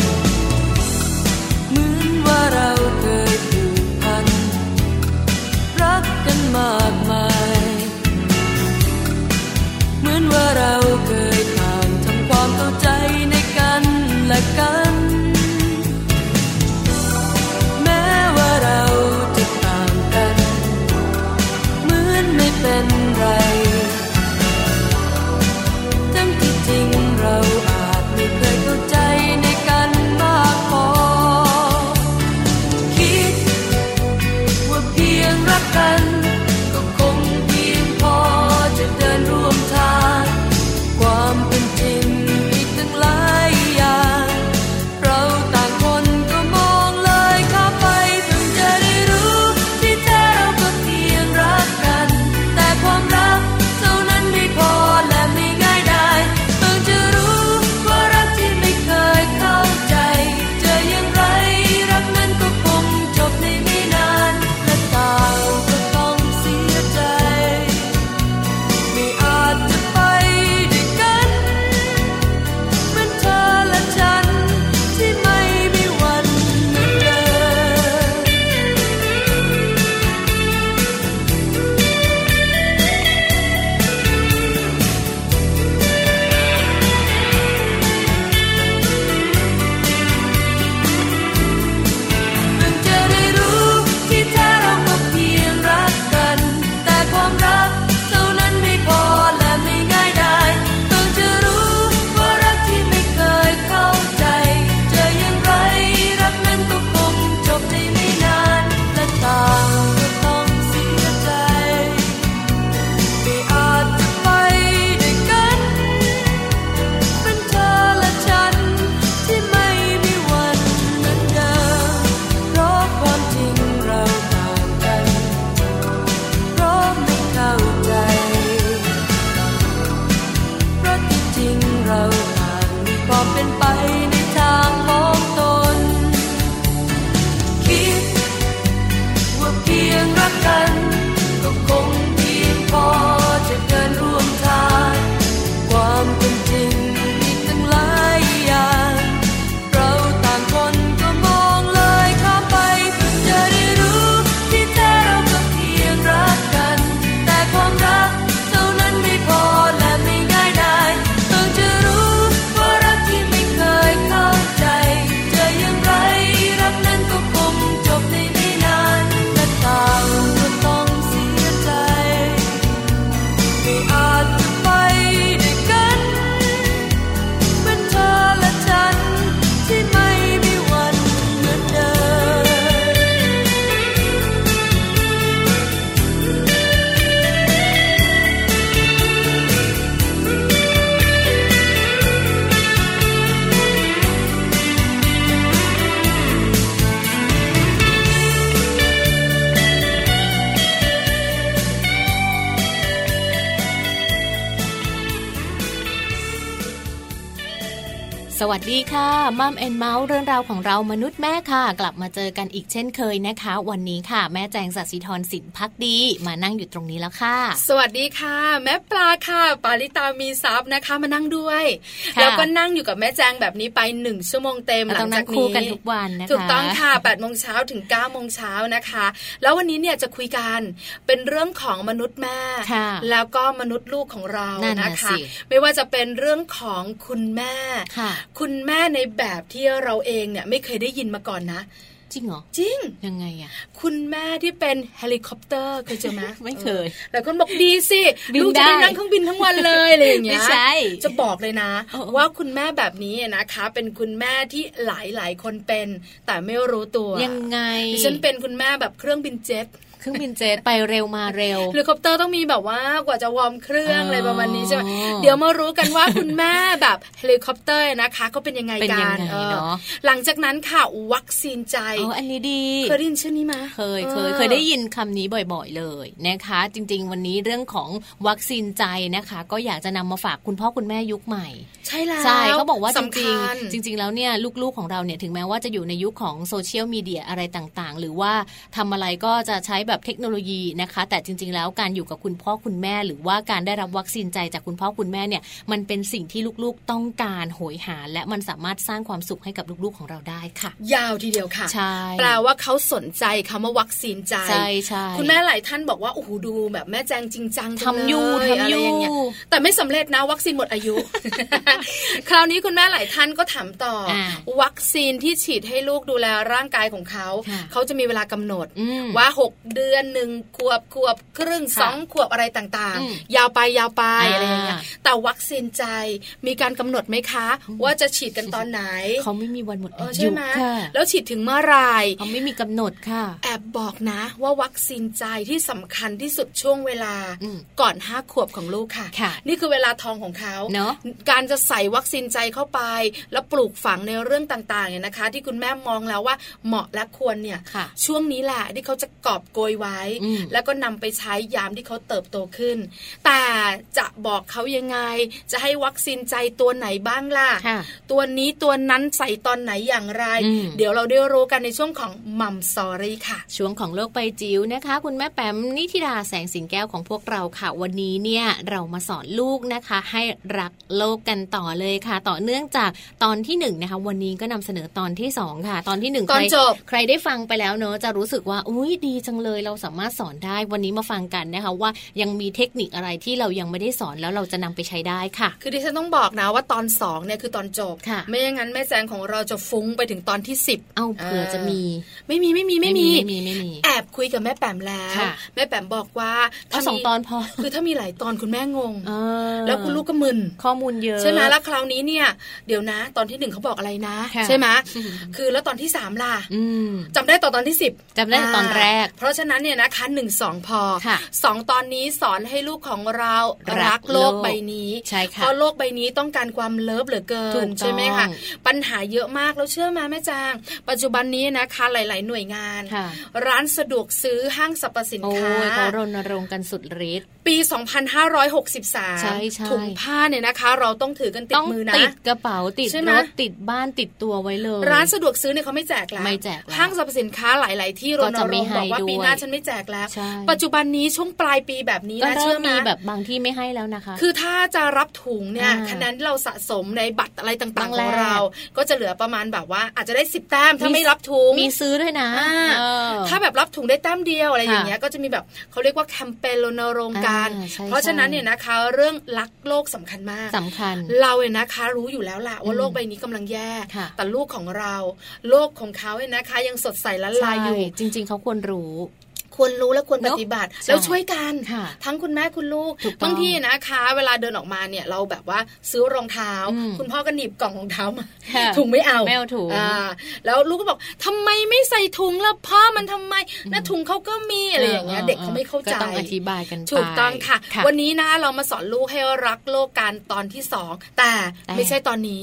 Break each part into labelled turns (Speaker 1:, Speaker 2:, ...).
Speaker 1: เหมือนว่าเราเคยผูกพัน รักกันมากมาย เหมือนว่าเราเคยผ่านทำความเข้าใจในกันและกัน แม้ว่าเราจะต่างกัน เหมือนไม่เป็นไร ทั้งที่จริงเราอาจไม่เคยเข้าใจในกันมากพอ คิดว่าเพียงรักกัน ก็คงเพียงพอจะเดินร่วมทาง ความเป็นจริงอีกตั้งหลายอย่าง เราต่างคนก็มองเลยข้ามไปเพิ่งจะได้รู้ที่แท้เราก็เพียงรักกัน แต่ความรักเท่านั้นไม่พอและไม่ง่ายได้เพิ่งจะรู้ว่ารักที่ไม่เคยเข้าใจ เจออย่างไรรักนั้นก็คงจบในไม่นานและต่างก็ต้องเสียใจ ไม่อาจจะไปด้วยกัน เหมือนเธอและฉันที่ไม่มีวันเหมือนเดิม เพิ่งจะได้รู้ที่แท้เราก็เพียงรักกัน แต่ความรักเท่านั้นไม่พอและไม่ง่ายได้เพิ่งจะรู้ว่ารักที่ไม่เคยเข้าใจ เจออย่างไรรักนั้นก็คงจบในไม่นานและต่างก็ต้องเสียใจ ไม่อาจจะไปด้วยกัน เป็นเธอและฉันที่ไม่มีวันเหมือนเดิมเพราะความจริงเราต่างกัน เพราะไม่เข้าใจ เพราะที่จริงเราต่างมีความเป็นไปในทางของตน คิดว่าเพียงรักกัน ก็คงเพียงพอจะเดินร่วมทาง ความเป็นจริงอีกตั้งหลายอย่าง เราต่างคนก็มองเลยข้ามไปเพื่อจะได้รู้ที่แท้เราก็เพียงรักกัน แต่ความรักเท่านั้นไม่พอและไม่ง่ายได้เพิ่งจะรู้ว่ารักที่ไม่เคยเข้าใจ เจออย่างไรรักนั้นก็คงจบในไม่นานและต่างก็ต้องเสียใจ ไม่อาจจะไปด้วยกันเหมือนเธอและฉันที่ไม่มีวันเหมือนเดิม
Speaker 2: สวัสดีค่ะมัมแอนเมาส์เรื่องราวของเรามนุษย์แม่ค่ะ กลับมาเจอกันอีกเช่นเคยนะคะ วันนี้ค่ะ แม่แจงสัตย์สิทธรสินพักดีมานั่งอยู่ตรงนี้แล้วค่ะ
Speaker 3: สวัสดีค่ะ แม่ปลาค่ะ ปาริตามีซับนะคะมานั่งด้วย
Speaker 2: ค่ะ
Speaker 3: แล้วก็นั่งอยู่กับแม่แจงแบบนี้ไปหนึ่งชั่วโมงเต็มหลั
Speaker 2: เราต้อง ง
Speaker 3: จา
Speaker 2: นั่
Speaker 3: ก
Speaker 2: งคู่
Speaker 3: นี้
Speaker 2: กันทุกวันนะคะ
Speaker 3: ถูกต้องค่ะ8ปดโมงเช้าถึง9ก้าโมงเช้านะคะ แล้ววันนี้เนี่ยจะคุยกันเป็นเรื่องของมนุษย์แม่
Speaker 2: ค่ะ
Speaker 3: แล้วก็มนุษย์ลูกของเรา
Speaker 2: นั่นน่ะ
Speaker 3: นะคะ
Speaker 2: สิ
Speaker 3: ไม่ว่าจะเป็นเรื่องของคุณแม่
Speaker 2: ค่ะ
Speaker 3: คุณแม่ในแบบที่เราเองเนี่ยไม่เคยได้ยินมาก่อนนะ
Speaker 2: จริงเหรอ
Speaker 3: จริง
Speaker 2: ยังไงอะ
Speaker 3: คุณแม่ที่เป็นเฮลิคอปเตอร์เคยเจอไหม
Speaker 2: ไม่เคย
Speaker 3: หลายคนบอกดีสิ
Speaker 2: บิน
Speaker 3: ลูกจะได้
Speaker 2: ได้
Speaker 3: นั่งเครื่องบินทั้งวันเลยอะไรอย่างเงี้ย
Speaker 2: ไม่ใช่
Speaker 3: จะบอกเลยนะ
Speaker 2: โอ้โอ้
Speaker 3: ว่าคุณแม่แบบนี้นะคะ เป็นคุณแม่ที่หลายหลายๆคนเป็น แต่ไม่รู้ตัว
Speaker 2: ยังไง
Speaker 3: ดิฉันเป็นคุณแม่แบบเครื่องบินเจ็ต
Speaker 2: เครื่องบินเจ็ตไปเร็วมาเร็ว
Speaker 1: เฮลิคอปเตอร์ต้องมีแบบว่ากว่าจะวอร์มเครื่อง
Speaker 2: อ๋ออ
Speaker 1: อะไรประมาณนี้ใช่ไหมเดี๋ยวมารู้กันว่า คุณแม่แบบเฮลิคอปเตอร์นะคะก็เป็นยังไง
Speaker 2: เป็นยั
Speaker 1: กั
Speaker 2: ง
Speaker 1: น
Speaker 2: ไง
Speaker 1: ออ
Speaker 2: เนอะ
Speaker 1: หลังจากนั้นค่ะวัคซีนใจ
Speaker 2: เอออันนี้ดี
Speaker 1: เคยได้ยินชื่อนี้ไหม
Speaker 2: เคยเคย
Speaker 1: ออ
Speaker 2: เคยได้ยินคำนี้บ่อยๆเลยนะคะ จริงๆ วันนี้เรื่องของวัคซีนใจนะคะ ก็อยากจะนำมาฝากคุณพ่อคุณแม่ยุคใหม่
Speaker 1: ใช่แล้ว
Speaker 2: ใช่เขาบอกว่าจ
Speaker 1: สำ
Speaker 2: ริ
Speaker 1: คั
Speaker 2: ง
Speaker 1: ญ
Speaker 2: ๆจริง ๆ แล้วเนี่ยลูกๆของเราเนี่ยถึงแม้ว่าจะอยู่ในยุคของโซเชียลมีเดียอะไรต่างๆ หรือว่าทำอะไรก็จะใช้แบบเทคโนโลยีนะคะ แต่จริง ๆ แล้วการอยู่กับคุณพ่อคุณแม่ หรือว่าการได้รับวัคซีนใจจากคุณพ่อคุณแม่เนี่ยมันเป็นสิ่งที่ลูกๆต้องการโหยหา และมันสามารถสร้างความสุขให้กับลูกๆของเราได้ค่ะ
Speaker 1: ยาวทีเดียวค่ะ
Speaker 2: ใช่
Speaker 1: แปลว่าเขาสนใจคำว่าวัคซีนใจ
Speaker 2: ใช่ใช่
Speaker 1: คุณแม่หลายท่านบอกว่าโอ้โหดูแบบแม่แจงจริงจังจัง
Speaker 2: ทำอยู่
Speaker 1: เล
Speaker 2: ทำอ
Speaker 1: ะ
Speaker 2: ยู่
Speaker 1: ไรางเงี้แต่ไม่สำเร็จนะวัคซีนหมด อายุ คราวนี้คุณแม่หลายท่านก็ถามต่ออา วัคซีนที่ฉีดให้ลูกดูแลร่างกายของเขา
Speaker 2: ค่ะ
Speaker 1: เขาจะมีเวลากำหนด
Speaker 2: อืม
Speaker 1: ว่า 6 เดือนหนึ่งขวบขวบครึ่ง
Speaker 2: ค่ะ
Speaker 1: สองขวบอะไรต่าง
Speaker 2: อืม
Speaker 1: ๆ ยาวไปยาวไปอะไรอย่างเงี้ย
Speaker 2: อ่า
Speaker 1: แต่วัคซีนใจมีการกำหนดไหมคะ ว่าจะฉีดกันตอนไหน
Speaker 2: เขาไม่มีวันหมด
Speaker 1: เอ
Speaker 2: อา
Speaker 1: อ
Speaker 2: ยุ
Speaker 1: ใช่ไหม
Speaker 2: ค่ะ
Speaker 1: แล้วฉีดถึงเมื่อไหร
Speaker 2: เขาไม่มีกำหนดค่ะ
Speaker 1: แอบบอกนะว่าวัคซีนใจที่สำคัญที่สุดช่วงเวลา
Speaker 2: อืม
Speaker 1: ก่อนห้าขวบของลูกค่ะ
Speaker 2: ค่ะ
Speaker 1: นี่คือเวลาทองของเขา
Speaker 2: เนอะ
Speaker 1: การจะใส่วัคซีนใจเข้าไป แล้วปลูกฝังในเรื่องต่างๆเนี่ยนะคะ ที่คุณแม่มองแล้วว่าเหมาะและควรเนี่ย
Speaker 2: ค่ะ
Speaker 1: ช่วงนี้แหละที่เขาจะกอบโกยไว้
Speaker 2: อืม
Speaker 1: แล้วก็นำไปใช้ยามที่เขาเติบโตขึ้น แต่จะบอกเขายังไง จะให้วัคซีนใจตัวไหนบ้างล่ะ
Speaker 2: ค่ะ
Speaker 1: ตัวนี้ตัวนั้นใส่ตอนไหนอย่างไร
Speaker 2: อืม
Speaker 1: เดี๋ยวเราได้รู้กันในช่วงของมัมซอรี่ค่ะ
Speaker 2: ช่วงของโลกใบจิ๋วนะคะ คุณแม่แปมนิธิดาแสงสิงแก้วของพวกเราค่ะ วันนี้เนี่ยเรามาสอนลูกนะคะ ให้รักโลกกันต่อเลยค่ะ ต่อเนื่องจากตอนที่หนึ่งนะคะ วันนี้ก็นำเสนอตอนที่สองค่ะ ตอนที่หนึ่ง
Speaker 1: ตอน
Speaker 2: ใคร
Speaker 1: จบ
Speaker 2: ใครได้ฟังไปแล้วเนอะจะรู้สึกว่าอุ้ยดีจังเลยเราสามารถสอนได้วันนี้มาฟังกันนะคะ ว่ายังมีเทคนิคอะไรที่เรายังไม่ได้สอนแล้วเราจะนำไปใช้ได้ค่ะ
Speaker 1: คือดิฉันต้องบอกนะว่าตอนสองเนี่ยคือตอนจบ
Speaker 2: ค่ะ
Speaker 1: ไม่อย่างนั้นแม่แจงของเราจะฟุ้งไปถึงตอนที่ 10
Speaker 2: เอาเผื่อจะมี
Speaker 1: ไม่มีไม่มีไม่มี
Speaker 2: ไม่มีไม่มี
Speaker 1: แอบคุยกับแม่แปมแล้ว
Speaker 2: ค่ะ
Speaker 1: แม่แปมบอกว่า
Speaker 2: เอา
Speaker 1: ถ้า
Speaker 2: สอง
Speaker 1: มี
Speaker 2: ตอนพอ
Speaker 1: คือถ้ามีหลายตอนคุณแม่งง
Speaker 2: เออ
Speaker 1: แล้วคุณลูกก็มึน
Speaker 2: ข้อมูลเยอะ
Speaker 1: ใช่ไหมแล้วคราวนี้เนี่ย เดี๋ยวนะ ตอนที่หนึ่งเขาบอกอะไรนะ
Speaker 2: ค่ะ
Speaker 1: ใช่ไหมคือแล้วตอนที่สามล่ะ
Speaker 2: อืม
Speaker 1: จำได้ต่อตอนที่ 10
Speaker 2: จำได้ตอนแรก
Speaker 1: าเพราะฉะนั้นเนี่ยนะคะหนึ่งสองพอ
Speaker 2: ค่ะ
Speaker 1: สองตอนนี้สอนให้ลูกของเรา
Speaker 2: รั
Speaker 1: รั
Speaker 2: ก
Speaker 1: ก
Speaker 2: โล
Speaker 1: โล
Speaker 2: ก
Speaker 1: กใบนี้
Speaker 2: ใช่ค่ะ
Speaker 1: เพราะโลกใบนี้ต้องการความเลิฟเหลือเกิ
Speaker 2: ถู
Speaker 1: น
Speaker 2: กต้อง
Speaker 1: ใช่ไหมคะปัญหาเยอะมากแล้วเชื่อมาแม่จาง ปัจจุบันนี้นะคะหลาย ๆ หน่วยงาน
Speaker 2: ค่ะ
Speaker 1: ร้านสะดวกซื้อห้างสรรพสิน
Speaker 2: โอ้
Speaker 1: ค้า
Speaker 2: ยเขารณรงค์กันสุดฤทธิ์
Speaker 1: ปี
Speaker 2: ใช่ใช่
Speaker 1: 2563 ถุงผ้าเนี่ยนะคะ เราต้องถือกันติ
Speaker 2: ต้
Speaker 1: ด
Speaker 2: อง
Speaker 1: มือนะ
Speaker 2: ติดกระเป๋าติด
Speaker 1: ใช่ไหม
Speaker 2: รถติดบ้านติดตัวไว้เลย
Speaker 1: ร้านสะดวกซื้อเนี่ยเขาไม่แจกแล้ว
Speaker 2: ไม่แจกแล้ว
Speaker 1: ห้างสรรพสินค้าหลาย ๆ ที่ร
Speaker 2: ก็
Speaker 1: ณ
Speaker 2: จะ
Speaker 1: ร
Speaker 2: ไม่
Speaker 1: งค์บอกว่า
Speaker 2: ให้ด้วย
Speaker 1: ปีหน้าฉันไม่แจกแล้ว
Speaker 2: ใช่
Speaker 1: ปัจจุบันนี้ช่วงปลายปีแบบนี้
Speaker 2: ก็
Speaker 1: นะ
Speaker 2: เริ่
Speaker 1: เชื่อ
Speaker 2: ม
Speaker 1: ไห
Speaker 2: มีแบบบางที่ไม่ให้แล้วนะคะ
Speaker 1: คือถ้าจะรับถุงเนี่ย
Speaker 2: อ่า
Speaker 1: คะแนนที่เราสะสมในบัตรอะไรต่าง ๆ
Speaker 2: ค
Speaker 1: ข
Speaker 2: รั้
Speaker 1: องง
Speaker 2: แรก
Speaker 1: เรา ก็จะเหลือประมาณแบบว่าอาจจะได้สิบแต้มถ้าไม่รับถุง
Speaker 2: มีซื้อด้วยนะ
Speaker 1: อ่า
Speaker 2: เออ
Speaker 1: ถ้าแบบรับถุงได้แต้มเดียวอะไร
Speaker 2: ค่ะ
Speaker 1: อย่างเงี้ยก็จะมีแบบเขาเรียกว่าแคมเปญรณรงค์การ
Speaker 2: อ่าใช่
Speaker 1: เพราะฉะนั้น
Speaker 2: ใช่
Speaker 1: เนี่ยนะคะ เรื่องรักโลกสำคัญมาก
Speaker 2: สำคัญ
Speaker 1: เราเนี่ยนะคะรู้อยู่แล้วล่ะว่า
Speaker 2: อืม
Speaker 1: โลกใบนี้กำลังแย่
Speaker 2: ค่ะ
Speaker 1: แต่ลูกของเรา โลกของเขาเนี่ยนะคะ ยังสดใสละลายอยู่
Speaker 2: ใช่จริง ๆเขาควรรู้
Speaker 1: ควรรู้และควรป
Speaker 2: เนอะ
Speaker 1: ฏิบัติ
Speaker 2: ใช่
Speaker 1: แล้วช่วยกัน
Speaker 2: ค่ะ
Speaker 1: ทั้งคุณแม่คุณลูก
Speaker 2: ถูกต้อง
Speaker 1: บางทีนะคะ เวลาเดินออกมาเนี่ยเราแบบว่าซื้อรองเท้า
Speaker 2: อืม
Speaker 1: คุณพ่อก็หนีบกล่องรองเท้ามา
Speaker 2: ค่ะ
Speaker 1: ถุงไม่เอา
Speaker 2: ไม่เอาถุง
Speaker 1: แล้วลูกก็บอกทำไมไม่ใส่ถุงล่ะพ่อมันทำไมนะถุงเขาก็มีอะไรอย่างเงี้ยเด็กเขาไม่เข้าใจ
Speaker 2: ก็ต้องอธิบายกันไป
Speaker 1: ถูกต้องค่ะ
Speaker 2: ค่ะ
Speaker 1: วันนี้นะเรามาสอนลูกให้รักโลกการตอนที่สองแต่
Speaker 2: แต่
Speaker 1: ไม่ใช่ตอนนี้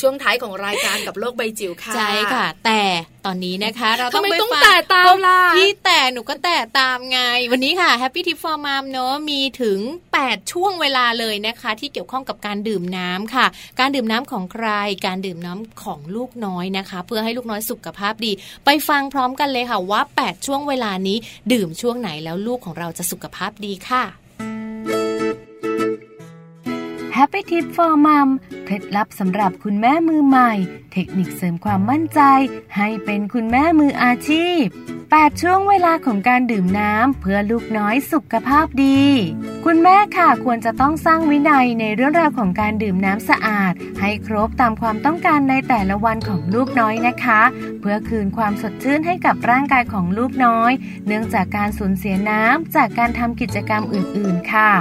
Speaker 1: ช่วงท้ายของรายการกับโลกใบจิ๋วค่ะ
Speaker 2: ใช่ค่ะ แต่ตอนนี้นะคะ เราต้อ
Speaker 1: ทำ
Speaker 2: ง
Speaker 1: ไม
Speaker 2: ไป
Speaker 1: ต้อง
Speaker 2: ฟัง
Speaker 1: แต่ตามล่ะ
Speaker 2: ที่แต่หนูก็แต่ตามไง วันนี้ค่ะ Happy Tip for Mom เนอะมีถึง 8 ช่วงเวลาเลยนะคะ ที่เกี่ยวข้องกับการดื่มน้ำค่ะ การดื่มน้ำของใคร การดื่มน้ำของลูกน้อยนะคะ เพื่อให้ลูกน้อยสุขภาพดี ไปฟังพร้อมกันเลยค่ะว่า 8 ช่วงเวลานี้ ดื่มช่วงไหนแล้วลูกของเราจะสุขภาพดีค่ะ
Speaker 4: Happy Tip for Mom เคล็ดลับสำหรับคุณแม่มือใหม่ เทคนิคเสริมความมั่นใจ ให้เป็นคุณแม่มืออาชีพ 8 ช่วงเวลาของการดื่มน้ำเพื่อลูกน้อยสุขภาพดี คุณแม่ค่ะควรจะต้องสร้างวินัยในเรื่องราวของการดื่มน้ำสะอาด ให้ครบตามความต้องการในแต่ละวันของลูกน้อยนะคะ เพื่อคืนความสดชื่นให้กับร่างกายของลูกน้อย เนื่องจากการสูญเสียน้ำจากการทำกิจกรรมอื่นๆค่ะ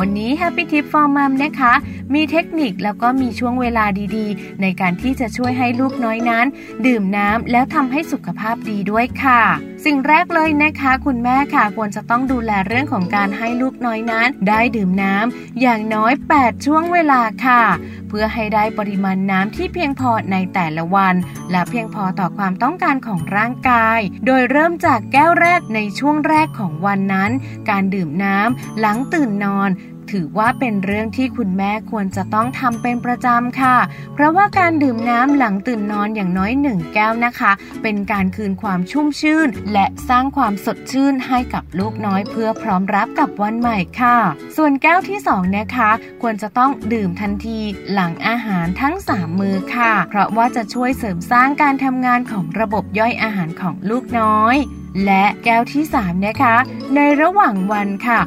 Speaker 4: วันนี้ Happy Tip for Mom นะคะ มีเทคนิคแล้วก็มีช่วงเวลาดีๆ ในการที่จะช่วยให้ลูกน้อยนั้น ดื่มน้ำแล้วทำให้สุขภาพดีด้วยค่ะ สิ่งแรกเลยนะคะ คุณแม่ค่ะควรจะต้องดูแลเรื่องของการให้ลูกน้อยนั้น ได้ดื่มน้ำอย่างน้อย 8 ช่วงเวลาค่ะ เพื่อให้ได้ปริมาณน้ำที่เพียงพอในแต่ละวัน และเพียงพอต่อความต้องการของร่างกาย โดยเริ่มจากแก้วแรกในช่วงแรกของวันนั้น การดื่มน้ำหลังตื่นนอน ถือว่าเป็นเรื่องที่คุณแม่ควรจะต้องทำเป็นประจำค่ะ เพราะว่าการดื่มน้ำหลังตื่นนอนอย่างน้อยหนึ่งแก้วนะคะ เป็นการคืนความชุ่มชื่น และสร้างความสดชื่นให้กับลูกน้อยเพื่อพร้อมรับกับวันใหม่ค่ะ ส่วนแก้วที่สองนะคะ ควรจะต้องดื่มทันทีหลังอาหารทั้ง 3 มื้อค่ะ เพราะว่าจะช่วยเสริมสร้างการทำงานของระบบย่อยอาหารของลูกน้อย และแก้วที่ 3 นะคะ ในระหว่างวันค่ะ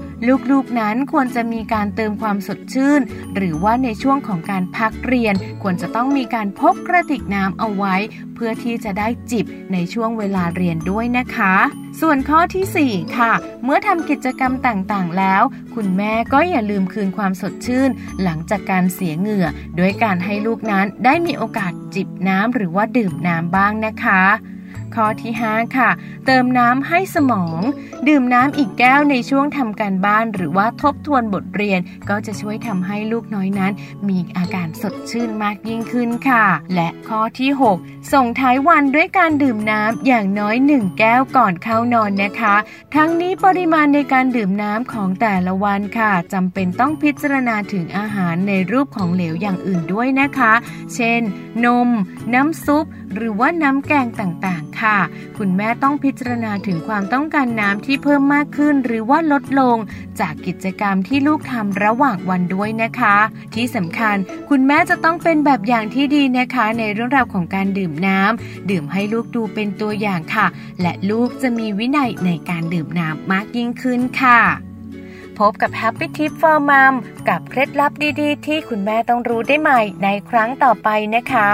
Speaker 4: ลูกๆนั้นควรจะมีการเติมความสดชื่น หรือว่าในช่วงของการพักเรียน ควรจะต้องมีการพกกระติกน้ำเอาไว้ เพื่อที่จะได้จิบในช่วงเวลาเรียนด้วยนะคะ ส่วนข้อทีสี่ 4 ค่ะ เมื่อทำกิจกรรมต่างๆแล้ว คุณแม่ก็อย่าลืมคืนความสดชื่น หลังจากการเสียเหงื่อด้วยการให้ลูกนั้นได้มีโอกาสจิบน้ำหรือว่าดื่มน้ำบ้างนะคะ ข้อที่ 5 ค่ะ เติมน้ำให้สมอง ดื่มน้ำอีกแก้วในช่วงทำการบ้าน หรือว่าทบทวนบทเรียน ก็จะช่วยทำให้ลูกน้อยนั้น มีอาการสดชื่นมากยิ่งขึ้นค่ะ และข้อที่ 6 ส่งท้ายวันด้วยการดื่มน้ำอย่างน้อย 1 แก้วก่อนเข้านอนนะคะ ทั้งนี้ปริมาณในการดื่มน้ำของแต่ละวันค่ะจำเป็นต้องพิจารณาถึงอาหารในรูปของเหลวอย่างอื่นด้วยนะคะ เช่น นม น้ำซุป หรือว่าน้ำแกงต่างๆ ค่ะ คุณแม่ต้องพิจารณาถึงความต้องการน้ำที่เพิ่มมากขึ้น หรือว่าลดลง จากกิจกรรมที่ลูกทำระหว่างวันด้วยนะคะ ที่สำคัญคุณแม่จะต้องเป็นแบบอย่างที่ดีนะคะ ในเรื่องราวของการดื่มน้ำดื่มให้ลูกดูเป็นตัวอย่างค่ะ และลูกจะมีวินัยในการดื่มน้ำมากยิ่งขึ้นค่ะ พบกับ Happy Tip for Mom กับเคล็ดลับดีๆ ที่คุณแม่ต้องรู้ได้ใหม่ในครั้งต่อไปนะคะ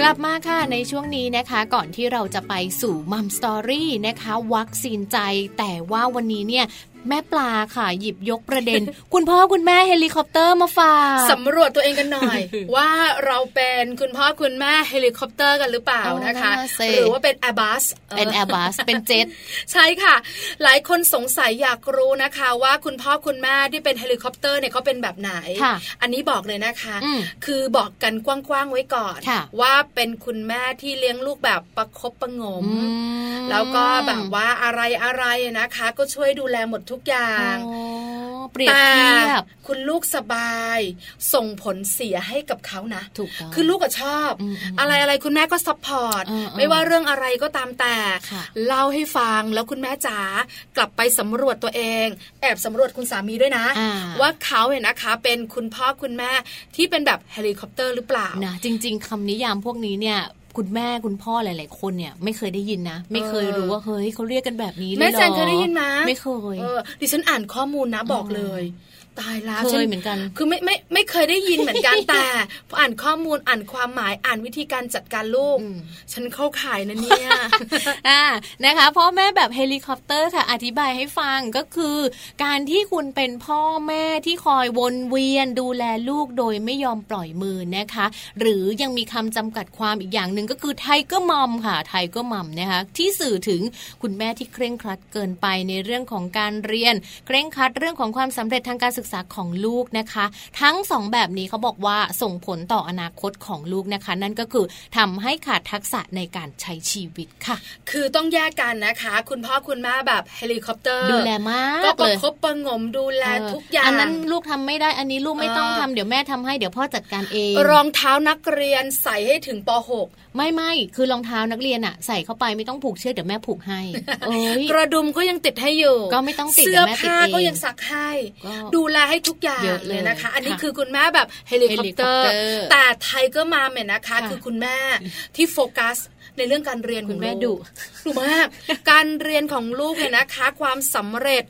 Speaker 2: กลับมาค่ะในช่วงนี้นะคะ ก่อนที่เราจะไปสู่มัมสตอรี่นะคะวัคซีนใจ แต่ว่าวันนี้เนี่ย แม่ปลาค่ะ หยิบยกประเด็น คุณพ่อคุณแม่เฮลิคอปเตอร์มาฝาก
Speaker 1: สำรวจตัวเองกันห น่อย ว่าเราเป็นคุณพ่อคุณแม่เฮลิคอปเตอร์กันหรือเปล่านะคะ หรือว่าเป็นแอร์บัส
Speaker 2: เป็นแอร์บัสเป็นเจ็ต
Speaker 1: ใช่ค่ะ หลายคนสงสัยอยากรู้นะคะ ว่าคุณพ่อคุณแม่ที่เป็นเฮลิคอปเตอร์เนี่ยเขาเป็นแบบไหน
Speaker 2: ค่ะ
Speaker 1: อันนี้บอกเลยนะคะ
Speaker 2: อืม
Speaker 1: คือบอกกันกว้างๆไว้ก่อน
Speaker 2: ค่ะ
Speaker 1: ว่าเป็นคุณแม่ที่เลี้ยงลูกแบบประคบประหงม แล้วก็แบบว่าอะไรอะไรๆนะคะ ก็ช่วยดูแลหมดทุกอย่าง
Speaker 2: อ๋อเปรียบเทียบ
Speaker 1: แต่คุณลูกสบาย ส่งผลเสียให้กับเขานะ
Speaker 2: ถูกต้อง
Speaker 1: คือลูกก็ชอบ
Speaker 2: อืมอืม
Speaker 1: อะไรอะไรคุณแม่ก็ซัพพอร์ต
Speaker 2: เออเออ
Speaker 1: ไม่ว่าเรื่องอะไรก็ตามแต่
Speaker 2: ค่ะ
Speaker 1: เล่าให้ฟังแล้วคุณแม่จ๋ากลับไปสำรวจตัวเอง แอบสำรวจคุณสามีด้วยนะ
Speaker 2: อ่า
Speaker 1: ว่าเขาเนี่ยนะคะ เป็นคุณพ่อคุณแม่ที่เป็นแบบเฮลิคอปเตอร์หรือเปล่า
Speaker 2: นะจริง ๆคำนิยามพวกนี้เนี่ย คุณแม่คุณพ่อหลาย ๆ คนเนี่ย ไม่เคยได้ยินนะ ไม่เคยรู้ว่าเฮ้ยเขาเรียกกันแบบนี้ลยหรอ
Speaker 1: แม่แจงเคยได้ยินไหม
Speaker 2: ไม่เคย
Speaker 1: เออดิฉันอ่านข้อมูลนะบอกเลย ตายแล้ว
Speaker 2: เคย
Speaker 1: ฉั
Speaker 2: เหมือนกัน
Speaker 1: คือไม่ไม่ไม่เคยได้ยินเหมือนกัน แต่พออ่านข้อมูลอ่านความหมายอ่านวิธีการจัดการลูก ฉันเข้าข่ายนะเนี่ย
Speaker 2: อ่านะคะพ่อแม่แบบเฮลิคอปเตอร์ค่ะ อธิบายให้ฟังก็คือ การที่คุณเป็นพ่อแม่ที่คอยวนเวียนดูแลลูกโดยไม่ยอมปล่อยมือนะคะ หรือยังมีคำจำกัดความอีกอย่างหนึ่งก็คือไทเกอร์มอมค่ะไทเกอร์มอมนะคะ ที่สื่อถึงคุณแม่ที่เคร่งครัดเกินไปในเรื่องของการเรียน เคร่งครัดเรื่องของความสำเร็จทางการศึกษาของลูกนะคะ ทั้งสองแบบนี้เขาบอกว่าส่งผลต่ออนาคตของลูกนะคะ นั่นก็คือทำให้ขาดทักษะในการใช้ชีวิตค่ะ
Speaker 1: คือต้องแยกกันนะคะ คุณพ่อคุณแม่แบบเฮลิคอปเตอร์
Speaker 2: ดูแลมาก
Speaker 1: ก็ประ
Speaker 2: เลย
Speaker 1: คบประหงมดูแล
Speaker 2: เ
Speaker 1: ทุกอย่าง
Speaker 2: อันนั้นลูกทำไม่ได้ อันนี้ลูกไม่ต้อง
Speaker 1: เออ
Speaker 2: ทำเดี๋ยวแม่ทำให้เดี๋ยวพ่อจัดการเอง
Speaker 1: รองเท้านักเรียนใส่ให้ถึงป .6
Speaker 2: ไม่ไม่คือรองเท้านักเรียนอะใส่เข้าไปไม่ต้องผูกเชือกเดี๋ยวแม่ผูกให้เอ้ย
Speaker 1: กระดุมก็ยังติดให้อยู่
Speaker 2: ก็ไม่ต้องติด
Speaker 1: เสื้อ
Speaker 2: เดี๋ยวแม่ติด
Speaker 1: ผ้า
Speaker 2: เอง
Speaker 1: ก็ยังซักให้
Speaker 2: ก็
Speaker 1: ดูแลให้ทุกอย่าง
Speaker 2: เยอะเลย
Speaker 1: เลยนะคะ อันนี้
Speaker 2: ค่ะ
Speaker 1: คือคุณแม่แบบเฮลิคอปเตอร์
Speaker 2: เฮลิคอปเตอร์
Speaker 1: แต่ไทเกอร์มามเนี่ยนะคะ
Speaker 2: ค่ะ
Speaker 1: คือคุณแม่ที่โฟกัส ในเรื่องการเรียน
Speaker 2: คุ
Speaker 1: ข
Speaker 2: ณ
Speaker 1: อง
Speaker 2: แม่
Speaker 1: ลู
Speaker 2: ดุ
Speaker 1: ก ถูกมาก การเรียนของลูกเนี่ยนะคะ ความสำเร็จ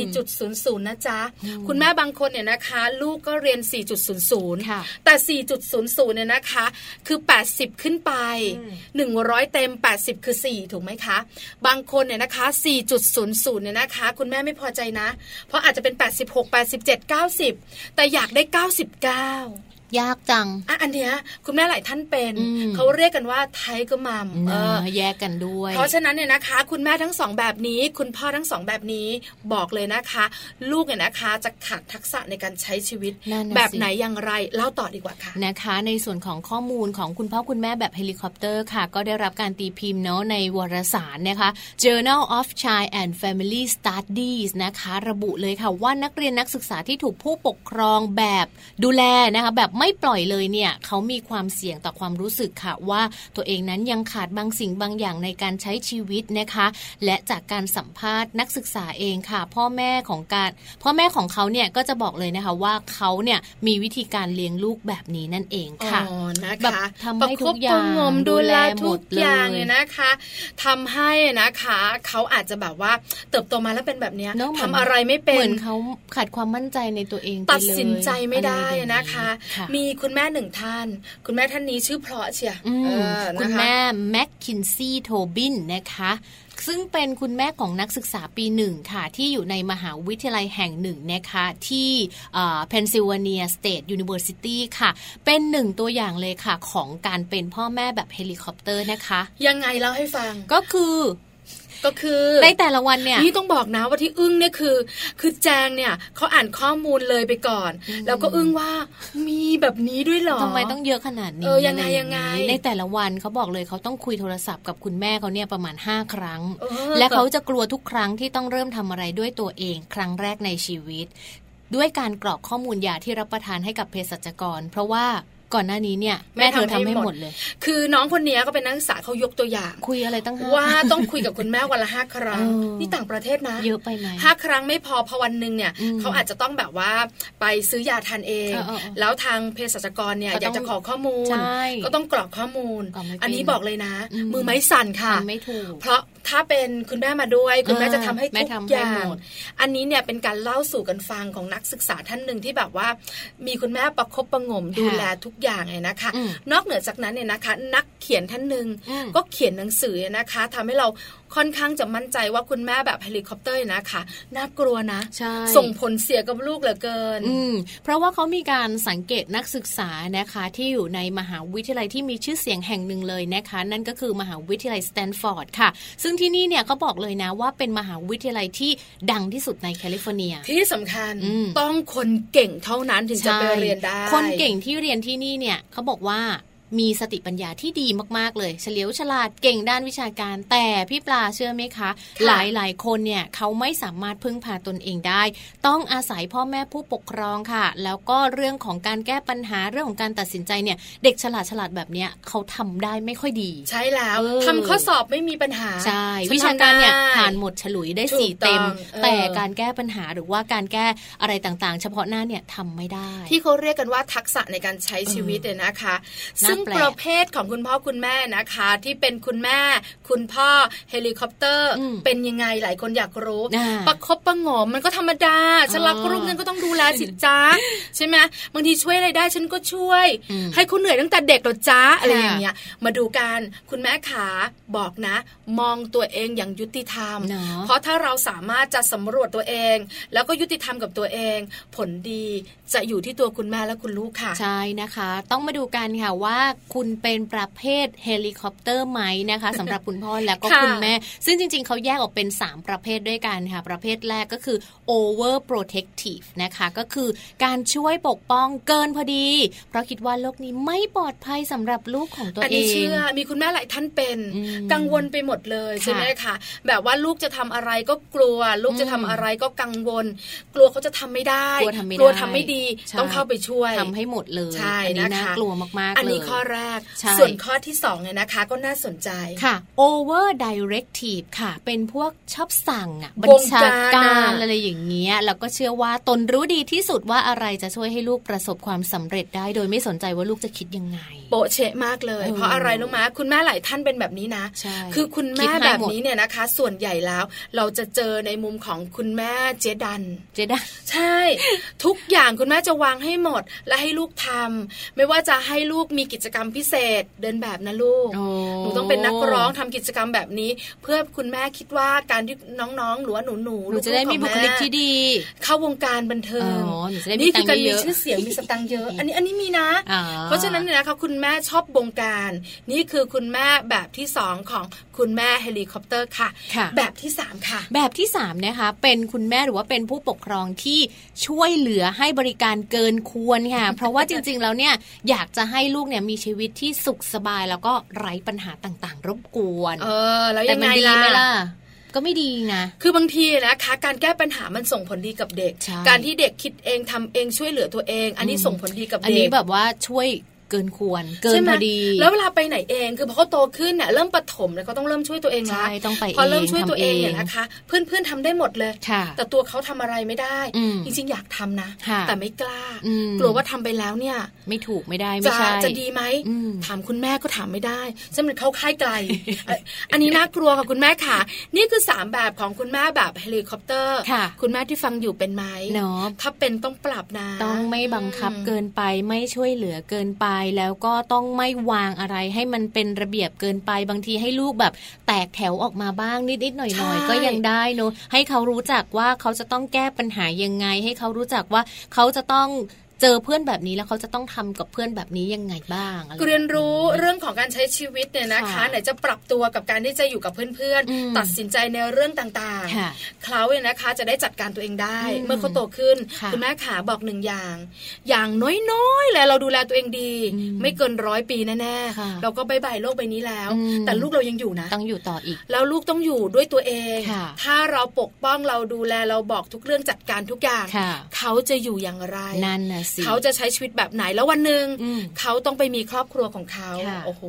Speaker 1: 4.00 นะจ๊ะ คุณแม่บางคนเนี่ยนะคะ ลูกก็เรียน
Speaker 2: ค่ะ
Speaker 1: 4.00 แต่ 4.00 เนี่ยนะคะ คือ 80 ขึ้นไป 100 เต็ม 80 คือ 4 ถูกไหมคะ บางคนเนี่ยนะคะ 4.00 เนี่ยนะคะ คุณแม่ไม่พอใจนะ เพราะอาจจะเป็น 86 87 90 แต่อยากได้ 99
Speaker 2: ยากจัง
Speaker 1: อ่ะอันเนี้ยคุณแม่หลายท่านเป็น
Speaker 2: อืม
Speaker 1: เขาเรียกกันว่าไทเกอร์มัม
Speaker 2: เน
Speaker 1: เอ
Speaker 2: อะ
Speaker 1: อ
Speaker 2: แยกกันด้วย
Speaker 1: เพราะฉะนั้นเนี่ยนะคะ คุณแม่ทั้งสองแบบนี้ คุณพ่อทั้งสองแบบนี้บอกเลยนะคะ ลูกเนี่ยนะคะจะขาดทักษะในการใช้ชีวิต
Speaker 2: นั่นน่ะ
Speaker 1: แบบ
Speaker 2: สิ
Speaker 1: ไหนอย่างไรเล่าต่อดีกว่าค่ะ
Speaker 2: นะคะในส่วนของข้อมูลของคุณพ่อคุณแม่แบบเฮลิคอปเตอร์ค่ะ ก็ได้รับการตีพิมพ์เนาะในวารสารนะคะ Journal of Child and Family Studies นะคะ ระบุเลยค่ะว่านักเรียนนักศึกษาที่ถูกผู้ปกครองแบบดูแลนะคะ แบบไม่ปล่อยเลยเนี่ยเขามีความเสี่ยงต่อความรู้สึกค่ะว่าตัวเองนั้นยังขาดบางสิ่งบางอย่างในการใช้ชีวิตนะคะ และจากการสัมภาษณ์นักศึกษาเองค่ะ พ่อแม่ของการ พ่อแม่ของเขาเนี่ยก็จะบอกเลยนะคะว่าเขาเนี่ยมีวิธีการเลี้ยงลูกแบบนี้นั่นเองค่ะ
Speaker 1: อ๋อนะ
Speaker 2: แบบ
Speaker 1: คะ
Speaker 2: ทำให้
Speaker 1: ประค
Speaker 2: ทุ
Speaker 1: บ
Speaker 2: กอ
Speaker 1: ป
Speaker 2: ย่าง
Speaker 1: ระหงมดูแลทุกอย่าง
Speaker 2: ดูแลหมดเลย
Speaker 1: เลยนะคะทำให้นะคะ เขาอาจจะแบบว่าเติบโตมาแล้วเป็นแบบเนี้ย
Speaker 2: เนอะเหมื
Speaker 1: ทำ
Speaker 2: อน
Speaker 1: อะไรไม่เป็
Speaker 2: เหมือนเขาขาดความมั่นใจในตัวเองไปเลย
Speaker 1: ตัดสินใจไม่ได้
Speaker 2: อรแบบ
Speaker 1: นะคะ
Speaker 2: มี
Speaker 1: มีคุณแม่หนึ่งท่าน คุณแม่ท่านนี้ชื่อเพราะเชียร์
Speaker 2: อืม
Speaker 1: เออ
Speaker 2: คุ
Speaker 1: นะ
Speaker 2: ณ
Speaker 1: คะ
Speaker 2: แม่แม็กคินซี่โทบินนะคะ ซึ่งเป็นคุณแม่ของนักศึกษาปีหนึ่งค่ะ ที่อยู่ในมหาวิทยาลัยแห่งหนึ่งนะคะ ที่เพนซิลเวเนียสเตทยูนิเวอร์ซิตี้ค่ะ เป็นหนึ่งตัวอย่างเลยค่ะ ของการเป็นพ่อแม่แบบเฮลิคอปเตอร์นะคะ
Speaker 1: ยังไงเล่าให้ฟัง
Speaker 2: ก็คือ
Speaker 1: ก็คือ
Speaker 2: ในแต่ละวันเนี่ย
Speaker 1: นี่ต้องบอกนะว่าที่อึ้งเนี่ยคือ คือแจงเนี่ยเขาอ่านข้อมูลเลยไปก่อน แล้วก็อึ้งว่ามีแบบนี้ด้วยเหรอ
Speaker 2: ทำไมต้องเยอะขนาดนี้
Speaker 1: เออยังไง
Speaker 2: ะรอา
Speaker 1: ยังไง
Speaker 2: ในแต่ละวันเขาบอกเลยเขาต้องคุยโทรศัพท์กับคุณแม่เขาเนี่ยประมาณ 5 ครั้ง
Speaker 1: เออ
Speaker 2: และเขาจะกลัวทุกครั้งที่ต้องเริ่มทำอะไรด้วยตัวเองครั้งแรกในชีวิต ด้วยการกรอกข้อมูลยาที่รับประทานให้กับเภสัชกร เพราะว่าก่อนหน้านี้เนี่ยแม่เธอทำให้หมดเลย
Speaker 1: คือน้องคนเนี้ยก็เป็นนักศึกษาเขายกตัวอย่าง
Speaker 2: คุยอะไรตั้งห้า
Speaker 1: ว่าต้องคุยกับคุณแม่วันละห้าครั้ง
Speaker 2: เออ
Speaker 1: นี่ต่างประเทศนะ
Speaker 2: เยอะไปไหม
Speaker 1: ห้าครั้งไม่พอเพอวันหนึ่งเนี่ย
Speaker 2: อืม
Speaker 1: เขาอาจจะต้องแบบว่าไปซื้อยาทานเอง
Speaker 2: เออเออเออ
Speaker 1: แล้วทางเภสัชกรเนี่ย
Speaker 2: ก็
Speaker 1: อ
Speaker 2: ต้
Speaker 1: ยา
Speaker 2: อกง
Speaker 1: จะขอข้อมูล
Speaker 2: ใช่
Speaker 1: ก็ต้องกรอกข้อมูล
Speaker 2: กรอกไม่เป็น
Speaker 1: อันนี้บอกเลยนะ
Speaker 2: อืม
Speaker 1: มือไม้สั่นค่ะ
Speaker 2: ทำไม่ถูก
Speaker 1: เพราะถ้าเป็นคุณแม่มาด้วย คุณแม่
Speaker 2: เออ
Speaker 1: จะทำให้
Speaker 2: แม่
Speaker 1: ทุก
Speaker 2: ทำให้
Speaker 1: อย่าง
Speaker 2: หมด
Speaker 1: อันนี้เนี่ยเป็นการเล่าสู่กันฟังของนักศึกษาท่านหนึ่งที่แบบว่า มีคุณแม่ประคบประหงมดูแลทุกอย่างเลยนะคะ
Speaker 2: อืม
Speaker 1: นอกเหนือจากนั้นเนี่ยนะคะ นักเขียนท่านหนึ่ง
Speaker 2: อืม
Speaker 1: ก็เขียนหนังสือนะคะทำให้เราค่อนข้างจะมั่นใจว่าคุณแม่แบบเฮลิคอปเตอร์เนี่ยนะคะน่ากลัวนะ
Speaker 2: ใช่
Speaker 1: ส่งผลเสียกับลูกเหลือเกิน
Speaker 2: อืมเพราะว่าเขามีการสังเกตนักศึกษานะคะ ที่อยู่ในมหาวิทยาลัยที่มีชื่อเสียงแห่งหนึ่งเลยนะคะ นั่นก็คือมหาวิทยาลัยสแตนฟอร์ดค่ะ ซึ่งที่นี่เนี่ยเขาบอกเลยนะว่าเป็นมหาวิทยาลัยที่ดังที่สุดในแคลิฟอร์เนีย
Speaker 1: ที่สำคัญ
Speaker 2: อืม
Speaker 1: ต้องคนเก่งเท่านั้นถึงจะไป
Speaker 2: ใช่
Speaker 1: เรียนได้
Speaker 2: คนเก่งที่เรียนที่นี่เนี่ยเขาบอกว่ามีสติปัญญาที่ดีมาก ๆ เลย เฉลียวฉลาดเก่งด้านวิชาการ แต่พี่ปลาเชื่อไหมคะ
Speaker 1: ค่ะ
Speaker 2: หลายหลายๆคนเนี่ยเขาไม่สามารถพึ่งพาตนเองได้ ต้องอาศัยพ่อแม่ผู้ปกครองค่ะ แล้วก็เรื่องของการแก้ปัญหาเรื่องของการตัดสินใจเนี่ย เด็กฉลาดฉลาดๆแบบเนี้ยเขาทำได้ไม่ค่อยดี
Speaker 1: ใช่แล้ว
Speaker 2: เออ
Speaker 1: ทำข้อสอบไม่มีปัญหา
Speaker 2: ใช่
Speaker 1: ฉัน
Speaker 2: วิชาการเนี่ย
Speaker 1: ทำได้
Speaker 2: ผ่านหมดฉลุยได้
Speaker 1: ถูก
Speaker 2: สี่เต็ม
Speaker 1: ต้องเออ
Speaker 2: แต่การแก้ปัญหาหรือว่าการแก้อะไรต่างๆ เฉพาะหน้าเนี่ยทำไม่ได้
Speaker 1: ที่เขาเรียกกันว่าทักษะในการใช้ชีวิตเนี่ยนะคะ
Speaker 2: น่า
Speaker 1: ซึ่ง
Speaker 2: แปลก
Speaker 1: ประเภทของคุณพ่อคุณแม่นะคะ ที่เป็นคุณแม่ คุณพ่อเฮลิคอปเตอร์
Speaker 2: อืม
Speaker 1: เป็นยังไงหลายคนอยากรู้
Speaker 2: อ่า
Speaker 1: ประคบประหงมมันก็ธรรมดาฉันรัก
Speaker 2: อ๋อ
Speaker 1: ลูกนั้นก็ต้องดูแลสิจ้า ใช่ไหมบางทีช่วยอะไรได้ฉันก็ช่วย
Speaker 2: อืม
Speaker 1: ให้คุณเหนื่อยตั้งแต่เด็กเหรอจ้าอะไร
Speaker 2: ค่ะ
Speaker 1: อย่างเงี้ยมาดูกันคุณแม่ขาบอกนะ มองตัวเองอย่างยุติธรรม
Speaker 2: เนอะ
Speaker 1: เพราะถ้าเราสามารถจะสำรวจตัวเอง แล้วก็ยุติธรรมกับตัวเอง ผลดีจะอยู่ที่ตัวคุณแม่และคุณลูกค่ะ
Speaker 2: ใช่นะคะ ต้องมาดูกันค่ะว่าคุณเป็นประเภทเฮลิคอปเตอร์ไหม นะคะสำหรับคุณพ่อและก็
Speaker 1: ค่ะ
Speaker 2: คุณแม่ ซึ่งจริงๆ เขาแยกออกเป็น 3 ประเภทด้วยกันค่ะ ประเภทแรกก็คือ over protective นะคะ ก็คือการช่วยปกป้องเกินพอดี เพราะคิดว่าโลกนี้ไม่ปลอดภัยสำหรับลูกของตัว
Speaker 1: อัน
Speaker 2: เอ
Speaker 1: นี้
Speaker 2: ง
Speaker 1: เชื่อมีคุณแม่หลายท่านเป็น
Speaker 2: อืม
Speaker 1: กังวลไปหมดเลย
Speaker 2: ค่ะ
Speaker 1: ใช่ไหมคะแบบว่าลูกจะทำอะไรก็กลัว ลูกจะทำอะไรก็กังวล กลัวเขาจะทำไม่ได้
Speaker 2: กลัวทำไม่ได้
Speaker 1: ทำไม่ดี
Speaker 2: ใช่
Speaker 1: ต้องเข้าไปช่วย
Speaker 2: ทำให้หมดเลย
Speaker 1: ใช่
Speaker 2: อันี้
Speaker 1: นะคะ
Speaker 2: น่ากลัวมากๆเลย
Speaker 1: อันนี้ข้อ ข้อแรก
Speaker 2: ใช่
Speaker 1: ส่วนข้อที่สองเนี่ยนะคะ ก็น่าสนใจ
Speaker 2: ค่ะ over directive ค่ะ เป็นพวกชอบสั่งอ่ะ
Speaker 1: บ
Speaker 2: บั
Speaker 1: ง
Speaker 2: ญชา
Speaker 1: การ
Speaker 2: การ
Speaker 1: อะ
Speaker 2: อะไรอย่างเงี้ยแล้วก็เชื่อว่าตนรู้ดีที่สุดว่าอะไรจะช่วยให้ลูกประสบความสำเร็จได้ โดยไม่สนใจว่าลูกจะคิดยังไง
Speaker 1: โปะเชะมากเลย
Speaker 2: เออ
Speaker 1: เพราะอะไรรู้ไหมคุณแม่หลายท่านเป็นแบบนี้นะ
Speaker 2: ใช่
Speaker 1: คือคุณ
Speaker 2: ด
Speaker 1: แม่
Speaker 2: ให้
Speaker 1: แบบ
Speaker 2: หด
Speaker 1: นี้เนี่ยนะคะ ส่วนใหญ่แล้ว เราจะเจอในมุมของคุณแม่เจดัน
Speaker 2: เจะได้
Speaker 1: ใช่ ทุกอย่างคุณแม่จะวางให้หมด และให้ลูกทำไม่ว่าจะให้ลูกมีกิจกรรมพิเศษเดินแบบนะลูก
Speaker 2: โอ้
Speaker 1: หนูต้องเป็นนักร้องทำกิจกรรมแบบนี้ เพื่อคุณแม่คิดว่าการที่น้องๆหรือว่าหนูๆ
Speaker 2: หนูจะได้มีบุคลิกที่ดี
Speaker 1: เข้าวงการบันเทิ
Speaker 2: อ๋
Speaker 1: ง
Speaker 2: อหนูจะได้มี
Speaker 1: นี่คื
Speaker 2: ตังค์
Speaker 1: การ
Speaker 2: เย
Speaker 1: มี
Speaker 2: อะๆ
Speaker 1: ชื่อเสียงมีสตังค์เยอะ อันนี้อันนี้มีนะ
Speaker 2: อ๋อ
Speaker 1: เพราะฉะนั้นเนี่ยนะคะคุณแม่ชอบบงการ นี่คือคุณแม่แบบที่สองของคุณแม่เฮลิคอปเตอร์ค่ะ
Speaker 2: ค่ะ
Speaker 1: แบบที่สามค่ะ
Speaker 2: แบบที่3นะคะเป็นคุณแม่หรือว่าเป็นผู้ปกครองที่ช่วยเหลือให้บริการเกินควร ค่ะ เพราะว่าจริงๆแล้วเนี่ยอยากจะให้ลูกเนี่ยมีชีวิตที่สุขสบายแล้วก็ไร้ปัญหาต่างๆ รบกวน
Speaker 1: เออ แล้ว
Speaker 2: แต่
Speaker 1: ยัง
Speaker 2: มั
Speaker 1: ไง
Speaker 2: ดีไหม
Speaker 1: ล่ะ
Speaker 2: ล่ะ ก็ไม่ดีนะ
Speaker 1: คือบางทีนะคะการแก้ปัญหามันส่งผลดีกับเด็ก
Speaker 2: ใช่
Speaker 1: การที่เด็กคิดเองทำเองช่วยเหลือตัวเอง อันนี้ส่งผลดีกับ
Speaker 2: อัน
Speaker 1: เด็
Speaker 2: นี้
Speaker 1: ก
Speaker 2: แบบว่าช่วยเกินควร เกิน
Speaker 1: ใช่ไหม
Speaker 2: พอดี
Speaker 1: แล้วเวลาไปไหนเองคือพอเขาโตขึ้นเนี่ยเริ่มปฐมแล้วก็ต้องเริ่มช่วยตัวเองละ
Speaker 2: ใช่ต้องไป
Speaker 1: พอเริ่ม
Speaker 2: ง
Speaker 1: ช่วยตัว
Speaker 2: ทำ
Speaker 1: เองเนี่ยนะคะ เพื่อนๆทำได้หมดเลย
Speaker 2: ค่ะ
Speaker 1: แต่ตัวเขาทำอะไรไม่ได้
Speaker 2: อืม
Speaker 1: จริงๆอยากทำนะ
Speaker 2: ค่ะ
Speaker 1: แต่ไม่กล้า
Speaker 2: อืม
Speaker 1: กลัวว่าทำไปแล้วเนี่ย
Speaker 2: ไม่ถูกไม่ได้ไม่
Speaker 1: จะ
Speaker 2: ใช่
Speaker 1: จะดีไหม
Speaker 2: อืม
Speaker 1: ถามคุณแม่ก็ถามไม่ได้สำหรับเข้าค่ายไกล เอ่ออันนี้น่ากลัวค่ะคุณแม่ค่ะ นี่คือ 3 แบบของคุณแม่แบบเฮลิคอปเตอร์
Speaker 2: ค่ะ
Speaker 1: ณแม่ที่ฟังอยู่เป็นไหม
Speaker 2: เนาะ
Speaker 1: ถ้าเป็นต้องปรับนะ
Speaker 2: ต้องไม่บังคับ
Speaker 1: อืม
Speaker 2: เกินไปไม่ช่วยเหลือเกินไป แล้วก็ต้องไม่วางอะไรให้มันเป็นระเบียบเกินไปบางทีให้ลูกแบบ แตกแถวออกมาบ้างนิดๆห
Speaker 1: ใช่
Speaker 2: น่อยๆก็ยังได้เนอะให้เขารู้จักว่าเขาจะต้องแก้ปัญหายังไง ให้เขารู้จักว่าเขาจะต้องเจอเพื่อนแบบนี้แล้วเขาจะต้องทำกับเพื่อนแบบนี้ยังไงบ้างอะไร
Speaker 1: เรียนรู้เรื่องของการใช้ชีวิตเนี่ยนะคะ
Speaker 2: ค่ะ
Speaker 1: ไหนจะปรับตัวกับการที่จะอยู่กับเพื่อน
Speaker 2: อืม
Speaker 1: ๆ ตัดสินใจในเรื่องต่างๆ
Speaker 2: ค่ะ
Speaker 1: เขาเนี่ยนะคะจะได้จัดการตัวเองได้
Speaker 2: อืม
Speaker 1: เมื่อเขาโตขึ้น
Speaker 2: ค่ะ
Speaker 1: ณแม่ขาบอกหนึ่งอย่าง อย่างน้อยๆเลยเราดูแลตัวเองดี
Speaker 2: อืม
Speaker 1: ไม่เกินร้อยปีแน่
Speaker 2: ค่ะ
Speaker 1: ๆเราก็บายบายโลกใบนี้แล้ว
Speaker 2: อืม
Speaker 1: แต่ลูกเรายังอยู่นะ
Speaker 2: ต้องอยู่ต่ออีก
Speaker 1: แล้วลูกต้องอยู่ด้วยตัวเอง
Speaker 2: ค่ะ
Speaker 1: ถ้าเราปกป้องเราดูแลเราบอกทุกเรื่องจัดการทุกอย่าง
Speaker 2: ค่ะ
Speaker 1: เขาจะอยู่อย่างไร
Speaker 2: นั่นนะสิ
Speaker 1: เขาจะใช้ชีวิตแบบไหนแล้ววันหนึ่ง
Speaker 2: อืม
Speaker 1: เขาต้องไปมีครอบครัวของเขา
Speaker 2: ค่ะ
Speaker 1: โอ้โห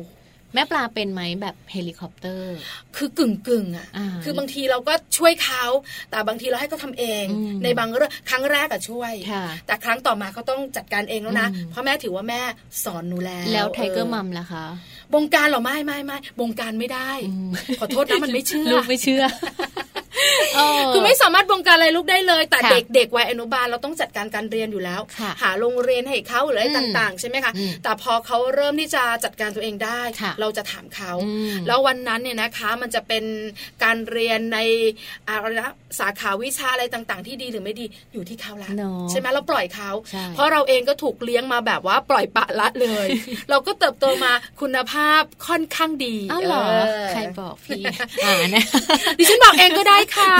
Speaker 2: แม่ปลาเป็นไหมแบบเฮลิคอปเตอร์
Speaker 1: คือกึ่งกึ่งๆอ่ะ
Speaker 2: อ่า
Speaker 1: คือบางทีเราก็ช่วยเขาแต่บางทีเราให้เขาทำเอง
Speaker 2: อืม
Speaker 1: ในบางเรื่องครั้งแรกอะช่วย
Speaker 2: ค่ะ
Speaker 1: แต่ครั้งต่อมาเขาต้องจัดการเองแล้วนะ
Speaker 2: อืม
Speaker 1: เพราะแม่ถือว่าแม่สอนหนูแล้ว
Speaker 2: แล้วไทเกอร์มั
Speaker 1: ม
Speaker 2: มล่ะคะ
Speaker 1: บงการเหรอไม่ไม่ไม่บงการไม่ได้
Speaker 2: อืม
Speaker 1: ขอโทษนะมันไม่เชื่อ
Speaker 2: ลูกไม่เชื่อ เ
Speaker 1: คือไม่สามารถบงการอะไรลูกได้เลย แต่
Speaker 2: ค่ะ
Speaker 1: เด็กเด็กวัยอนุบาลเราต้องจัดการการเรียนอยู่แล้ว
Speaker 2: ค่ะ
Speaker 1: หาโรงเรียนให้เขาหรืออะไร
Speaker 2: อืม
Speaker 1: ต่างๆ ใช่ไหมคะ
Speaker 2: อืม
Speaker 1: แต่พอเขาเริ่มที่จะจัดการตัวเองได้
Speaker 2: ค่ะ
Speaker 1: เราจะถามเขา
Speaker 2: อืม
Speaker 1: แล้ววันนั้นเนี่ยนะคะมันจะเป็นการเรียนในอะไรนะสาขาวิชาอะไรต่างๆ ที่ดีหรือไม่ดีอยู่ที่เขาละ
Speaker 2: เนอะ
Speaker 1: ใช่ไหมเราปล่อยเขา
Speaker 2: ใช่
Speaker 1: เพราะเราเองก็ถูกเลี้ยงมาแบบว่าปล่อยปละละเลย เราก็เติบโตมาคุณภาพค่อนข้างดี
Speaker 2: อ้าวเหรอ
Speaker 1: เ
Speaker 2: ใครบอกพี่ อ่านะ
Speaker 1: ดิฉันบอกเองก็ได้ค่ะ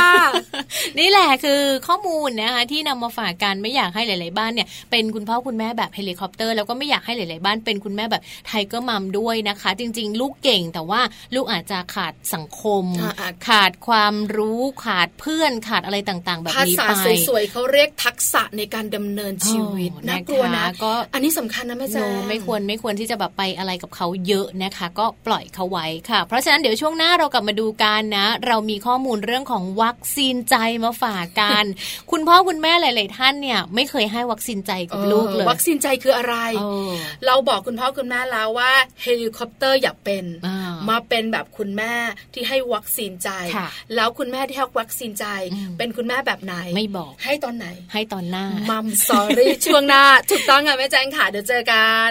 Speaker 2: นี่แหละคือข้อมูลนะคะที่นำมาฝากกันไม่อยากให้หลาย ๆ บ้านเนี่ยเป็นคุณพ่อคุณแม่แบบเฮลิคอปเตอร์แล้วก็ไม่อยากให้หลาย ๆ บ้านเป็นคุณแม่แบบไทเกอร์มัมด้วยนะคะ จริง ๆ ลูกเก่งแต่ว่าลูกอาจจะขาดสังคม
Speaker 1: อ่าอ่า
Speaker 2: ขาดความรู้ขาดเพื่อนขาดอะไรต่าง ๆ แบบ
Speaker 1: ภา
Speaker 2: นี้
Speaker 1: ษา
Speaker 2: ไป
Speaker 1: สวยๆเขาเรียกทักษะในการดำเนินชีวิต
Speaker 2: โอ้
Speaker 1: น่ากลัวนะ
Speaker 2: นะคะก็
Speaker 1: อันนี้สำคัญนะแม่
Speaker 2: โน
Speaker 1: จ้า
Speaker 2: ไม่ควรไม่ควรที่จะแบบไปอะไรกับเขาเยอะนะคะ ก็ปล่อยเขาไว้ค่ะ เพราะฉะนั้นเดี๋ยวช่วงหน้าเรากลับมาดูกันนะ เรามีข้อมูลเรื่องของวัคซีนใจมาฝากกัน คุณพ่อคุณแม่หลาย ๆ ท่านเนี่ย ไม่เคยให้วัคซีนใจกับลูกเลย
Speaker 1: วัคซีนใจคืออะไร
Speaker 2: เออ
Speaker 1: เราบอกคุณพ่อคุณแม่แล้วว่าเฮลิคอปเตอร์อย่าเป็น
Speaker 2: อ่า
Speaker 1: มาเป็นแบบคุณแม่ที่ให้วัคซีนใจ
Speaker 2: ค่ะ
Speaker 1: แล้วคุณแม่ที่ให้วัคซีนใจ
Speaker 2: อืม
Speaker 1: เป็นคุณแม่แบบไหน
Speaker 2: ไม่บอก
Speaker 1: ให้ตอนไหน
Speaker 2: ให้ตอนหน้า
Speaker 1: มัมสอรี่ ช่วงหน้า ถูกต้องค่ะแม่แจงค่ะเดี๋ยวเจอกัน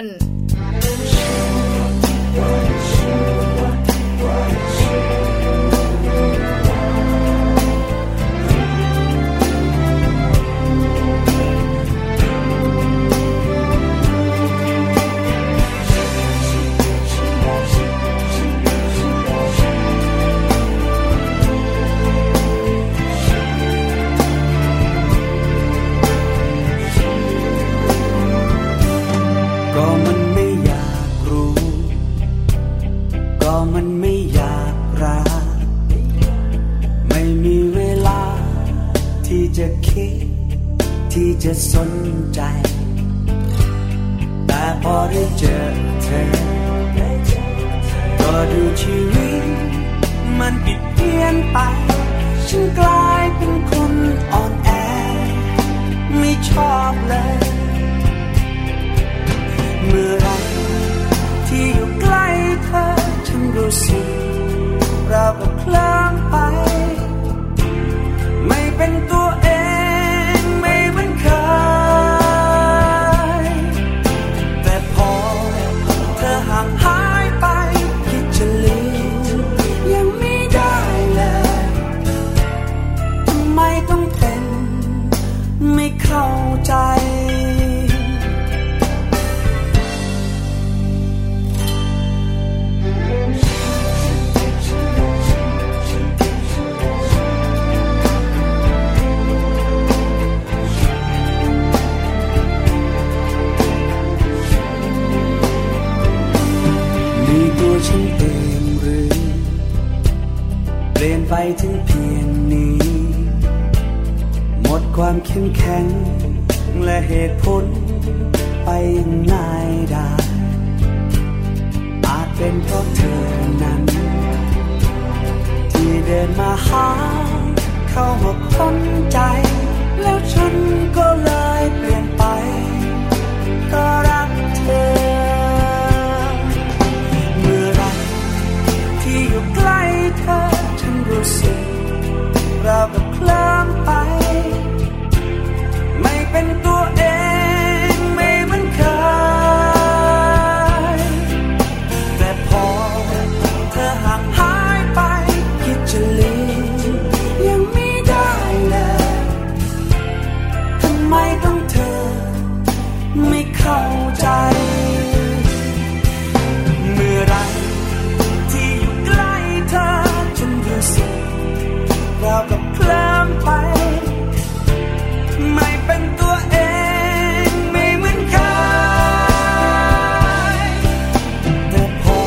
Speaker 5: ก็มันไม่อยากรู้ ก็มันไม่อยากรัก ไม่มีเวลา ที่จะคิด ที่จะสนใจ แต่พอได้เจอท เธอ ก็ดูชีวิตมันผิดเพี้ยนไป ฉันกลายเป็นคนอ่อนแอ ไม่ชอบเลย เมื่อไหรที่อยู่ใกล้เธอ ฉันรู้สึกเราวก็เคลิ้มไป ไม่เป็นตัวเองไม่เหมือนเคย แต่พอเธอห่างหายไป คิดจะลืมยังไม่ได้เลยทำไมต้องเป็นไม่เข้าใจ มีตัวฉันเองหรือเปลี่ยนไปถึงเพียงนี้ หมดความเข้มแข็ง และเหตุผลไปยังนายได้ อาจเป็นเพราะเธอนั้น ที่เดินมาหา เข้ามาค้นใจ แล้วฉันก็เลยเปลี่ยนไป ก็รักเธอ เมื่อไหรที่อยู่ใกล้เธอ ฉันรู้สึกเราวกับเคลิ้มไป ไม่เป็นตัวเองไม่เหมือนเคย แต่พอเธอห่างหายไป คิดจะลืมยังไม่ได้เลยทำไมต้องเธอ ไม่เข้าใจ เมื่อไหรที่อยู่ใกล้เธอ ฉันรู้สึกราวกับเคลิ้มไป ไม่เป็นตัวเองไม่เหมือนเคย แต่พอ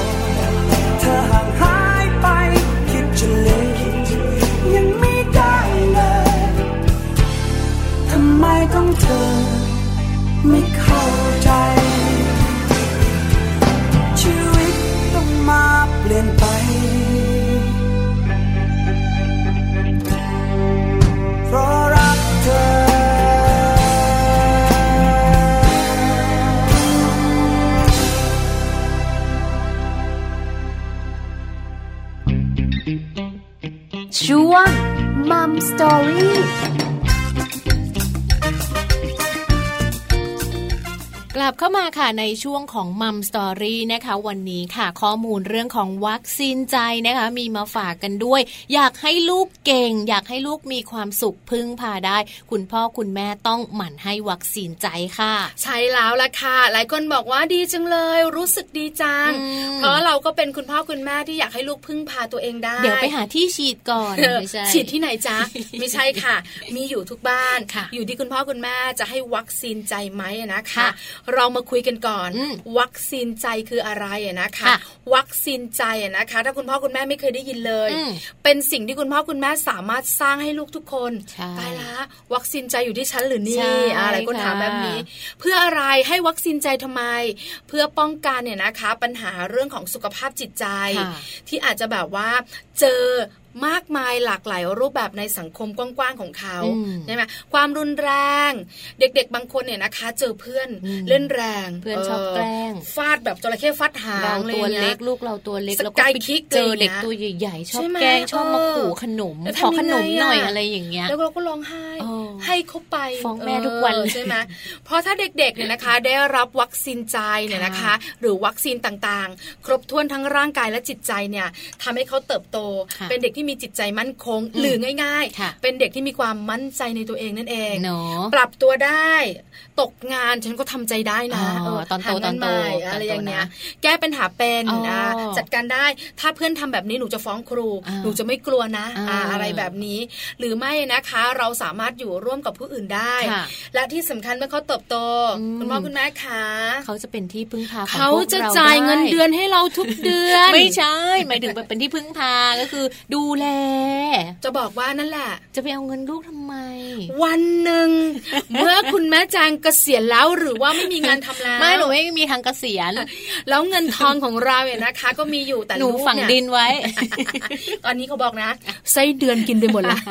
Speaker 5: เธอห่างหายไป คิดจะลืมยังไม่ได้เลย ทำไมต้องเธอ ไม่เข้าใจ ชีวิตต้องมาเปลี่ยนไป เพราะรักเธอ
Speaker 6: ช่วงมัมสตอรี่
Speaker 2: กลับเข้ามาค่ะในช่วงของมัมสตอรี่นะคะ วันนี้ค่ะ ข้อมูลเรื่องของวัคซีนใจนะคะ มีมาฝากกันด้วย อยากให้ลูกเก่ง อยากให้ลูกมีความสุขพึ่งพาได้ คุณพ่อคุณแม่ต้องหมั่นให้วัคซีนใจค่ะ
Speaker 1: ใช่แล้วล่ะค่ะ หลายคนบอกว่าดีจังเลย รู้สึกดีจัง
Speaker 2: อืม
Speaker 1: เพราะเราก็เป็นคุณพ่อคุณแม่ที่อยากให้ลูกพึ่งพาตัวเองได้
Speaker 2: เดี๋ยวไปหาที่ฉีดก่อน
Speaker 1: เออ
Speaker 2: ไม่ใช่
Speaker 1: ฉีดที่ไหน จ๊ะ ไม่ใช่ค่ะ มีอยู่ทุกบ้าน
Speaker 2: ค่ะ
Speaker 1: อยู่ที่คุณพ่อคุณแม่จะให้วัคซีนใจไหมอะนะคะ
Speaker 2: ค่ะ
Speaker 1: เรามาคุยกันก่อน
Speaker 2: อืม
Speaker 1: วัคซีนใจคืออะไรอะนะคะ
Speaker 2: ค่ะ
Speaker 1: วัคซีนใจอะนะคะ ถ้าคุณพ่อคุณแม่ไม่เคยได้ยินเลย
Speaker 2: อืม
Speaker 1: เป็นสิ่งที่คุณพ่อคุณแม่สามารถสร้างให้ลูกทุกคน
Speaker 2: ใช่
Speaker 1: ตายละวัคซีนใจอยู่ที่ฉันหรือ
Speaker 2: ใช่
Speaker 1: นี่อ่าหลายคนถามแบบนี้
Speaker 2: ค่ะ
Speaker 1: เพื่ออะไรให้วัคซีนใจทำไม เพื่อป้องกันเนี่ยนะคะ ปัญหาเรื่องของสุขภาพจิตใจ
Speaker 2: ค่ะ
Speaker 1: ที่อาจจะแบบว่าเจอมากมายหลากหลายรูปแบบในสังคมกว้างๆของเขา
Speaker 2: อืม
Speaker 1: ใช่ไหมความรุนแรง เด็กๆบางคนเนี่ยนะคะ เจอเพื่อน
Speaker 2: อืม
Speaker 1: เล่นแรง
Speaker 2: เพื่อนชอบแกล้ง
Speaker 1: ฟาดแบบจระเข้ฟาดหาง
Speaker 2: เรา
Speaker 1: อะไร
Speaker 2: ตัว
Speaker 1: อย่าง
Speaker 2: เล็
Speaker 1: เงี้
Speaker 2: ก
Speaker 1: ย
Speaker 2: ลูกเราตัวเล็ก
Speaker 1: ส
Speaker 2: แล้วก็
Speaker 1: กาย
Speaker 2: ไป
Speaker 1: คิก
Speaker 2: เจอ
Speaker 1: เลยนะ
Speaker 2: เด็กตัวใหญ่ๆ ชอบ
Speaker 1: ใช่ไหม
Speaker 2: แกล้งชอบมา
Speaker 1: เออ
Speaker 2: ขู่ขนม
Speaker 1: แล้ว
Speaker 2: ขอ
Speaker 1: ทำยังไง
Speaker 2: ขนมหน่อย
Speaker 1: อะ
Speaker 2: อะไรอย่างเงี้ย
Speaker 1: แล้วเราก็ร้องไห้
Speaker 2: เออ
Speaker 1: ให้เขาไป
Speaker 2: ฟ้องแม่ทุกวัน
Speaker 1: ออใช่ไหมเพราะถ้าเด็กๆเนี่ยนะคะ ได้รับวัคซีนใจเนี่ยนะคะ
Speaker 2: ค่ะ
Speaker 1: หรือวัคซีนต่างๆ ครบถ้วนทั้งร่างกายและจิตใจเนี่ยทำให้เขาเติบโต
Speaker 2: ค่ะ
Speaker 1: เป็นเด็กที่มีจิตใจมั่นคง
Speaker 2: อืม
Speaker 1: หรือง่าย
Speaker 2: ค่ะ
Speaker 1: ๆ เป็นเด็กที่มีความมั่นใจในตัวเองนั่นเอง
Speaker 2: เนาะ
Speaker 1: ปรับตัวได้ ตกงานฉันก็ทำใจได้นะ
Speaker 2: อ๋อตอนโต
Speaker 1: เหา
Speaker 2: ต
Speaker 1: งา
Speaker 2: อนโต
Speaker 1: ใหม่
Speaker 2: ตอนโต
Speaker 1: อะไรอย่างเงี้ย
Speaker 2: นะ
Speaker 1: แก้ปัญหาเป็น
Speaker 2: อ๋ออ่
Speaker 1: าจัดการได้ ถ้าเพื่อนทำแบบนี้หนูจะฟ้องครู
Speaker 2: อ่า
Speaker 1: หนูจะไม่กลัวนะ
Speaker 2: อ่า
Speaker 1: าอะไรแบบนี้ หรือไม่นะคะ เราสามารถอยู่ร่วม มกับผู้อื่นได้
Speaker 2: ค่ะ
Speaker 1: และที่สำคัญเมื่อเขาเติบโต
Speaker 2: อืม
Speaker 1: คุณพ่อคุณแม่คะ
Speaker 2: เขาจะเป็นที่พึ่งพาของ
Speaker 1: เขา
Speaker 2: พวก
Speaker 1: จะ
Speaker 2: ร
Speaker 1: จ่าย
Speaker 2: ได้
Speaker 1: เงินเดือนให้เราทุกเดือน
Speaker 2: ไม่ใช่ หมายถึงแบบเป็นที่พึ่งพาก็คือ ดูแล
Speaker 1: จะบอกว่านั่นแหละ
Speaker 2: จะไปเอาเงินลูกทำไม
Speaker 1: วันหนึ่ง เมื่อคุณแม่จางเกษียณแล้วหรือว่าไม่มีงานทำแล้ว
Speaker 2: ไม่หนูไม่มีทางเกษียณ
Speaker 1: แล้วเงินทองของเราเนี่ยนะคะ ก็มีอยู่แต่
Speaker 2: หนู
Speaker 1: ลูกเย
Speaker 2: ฝังดินไว้
Speaker 1: ตอนนี้เขาบอกนะไส้เดือนกินไปหมดละ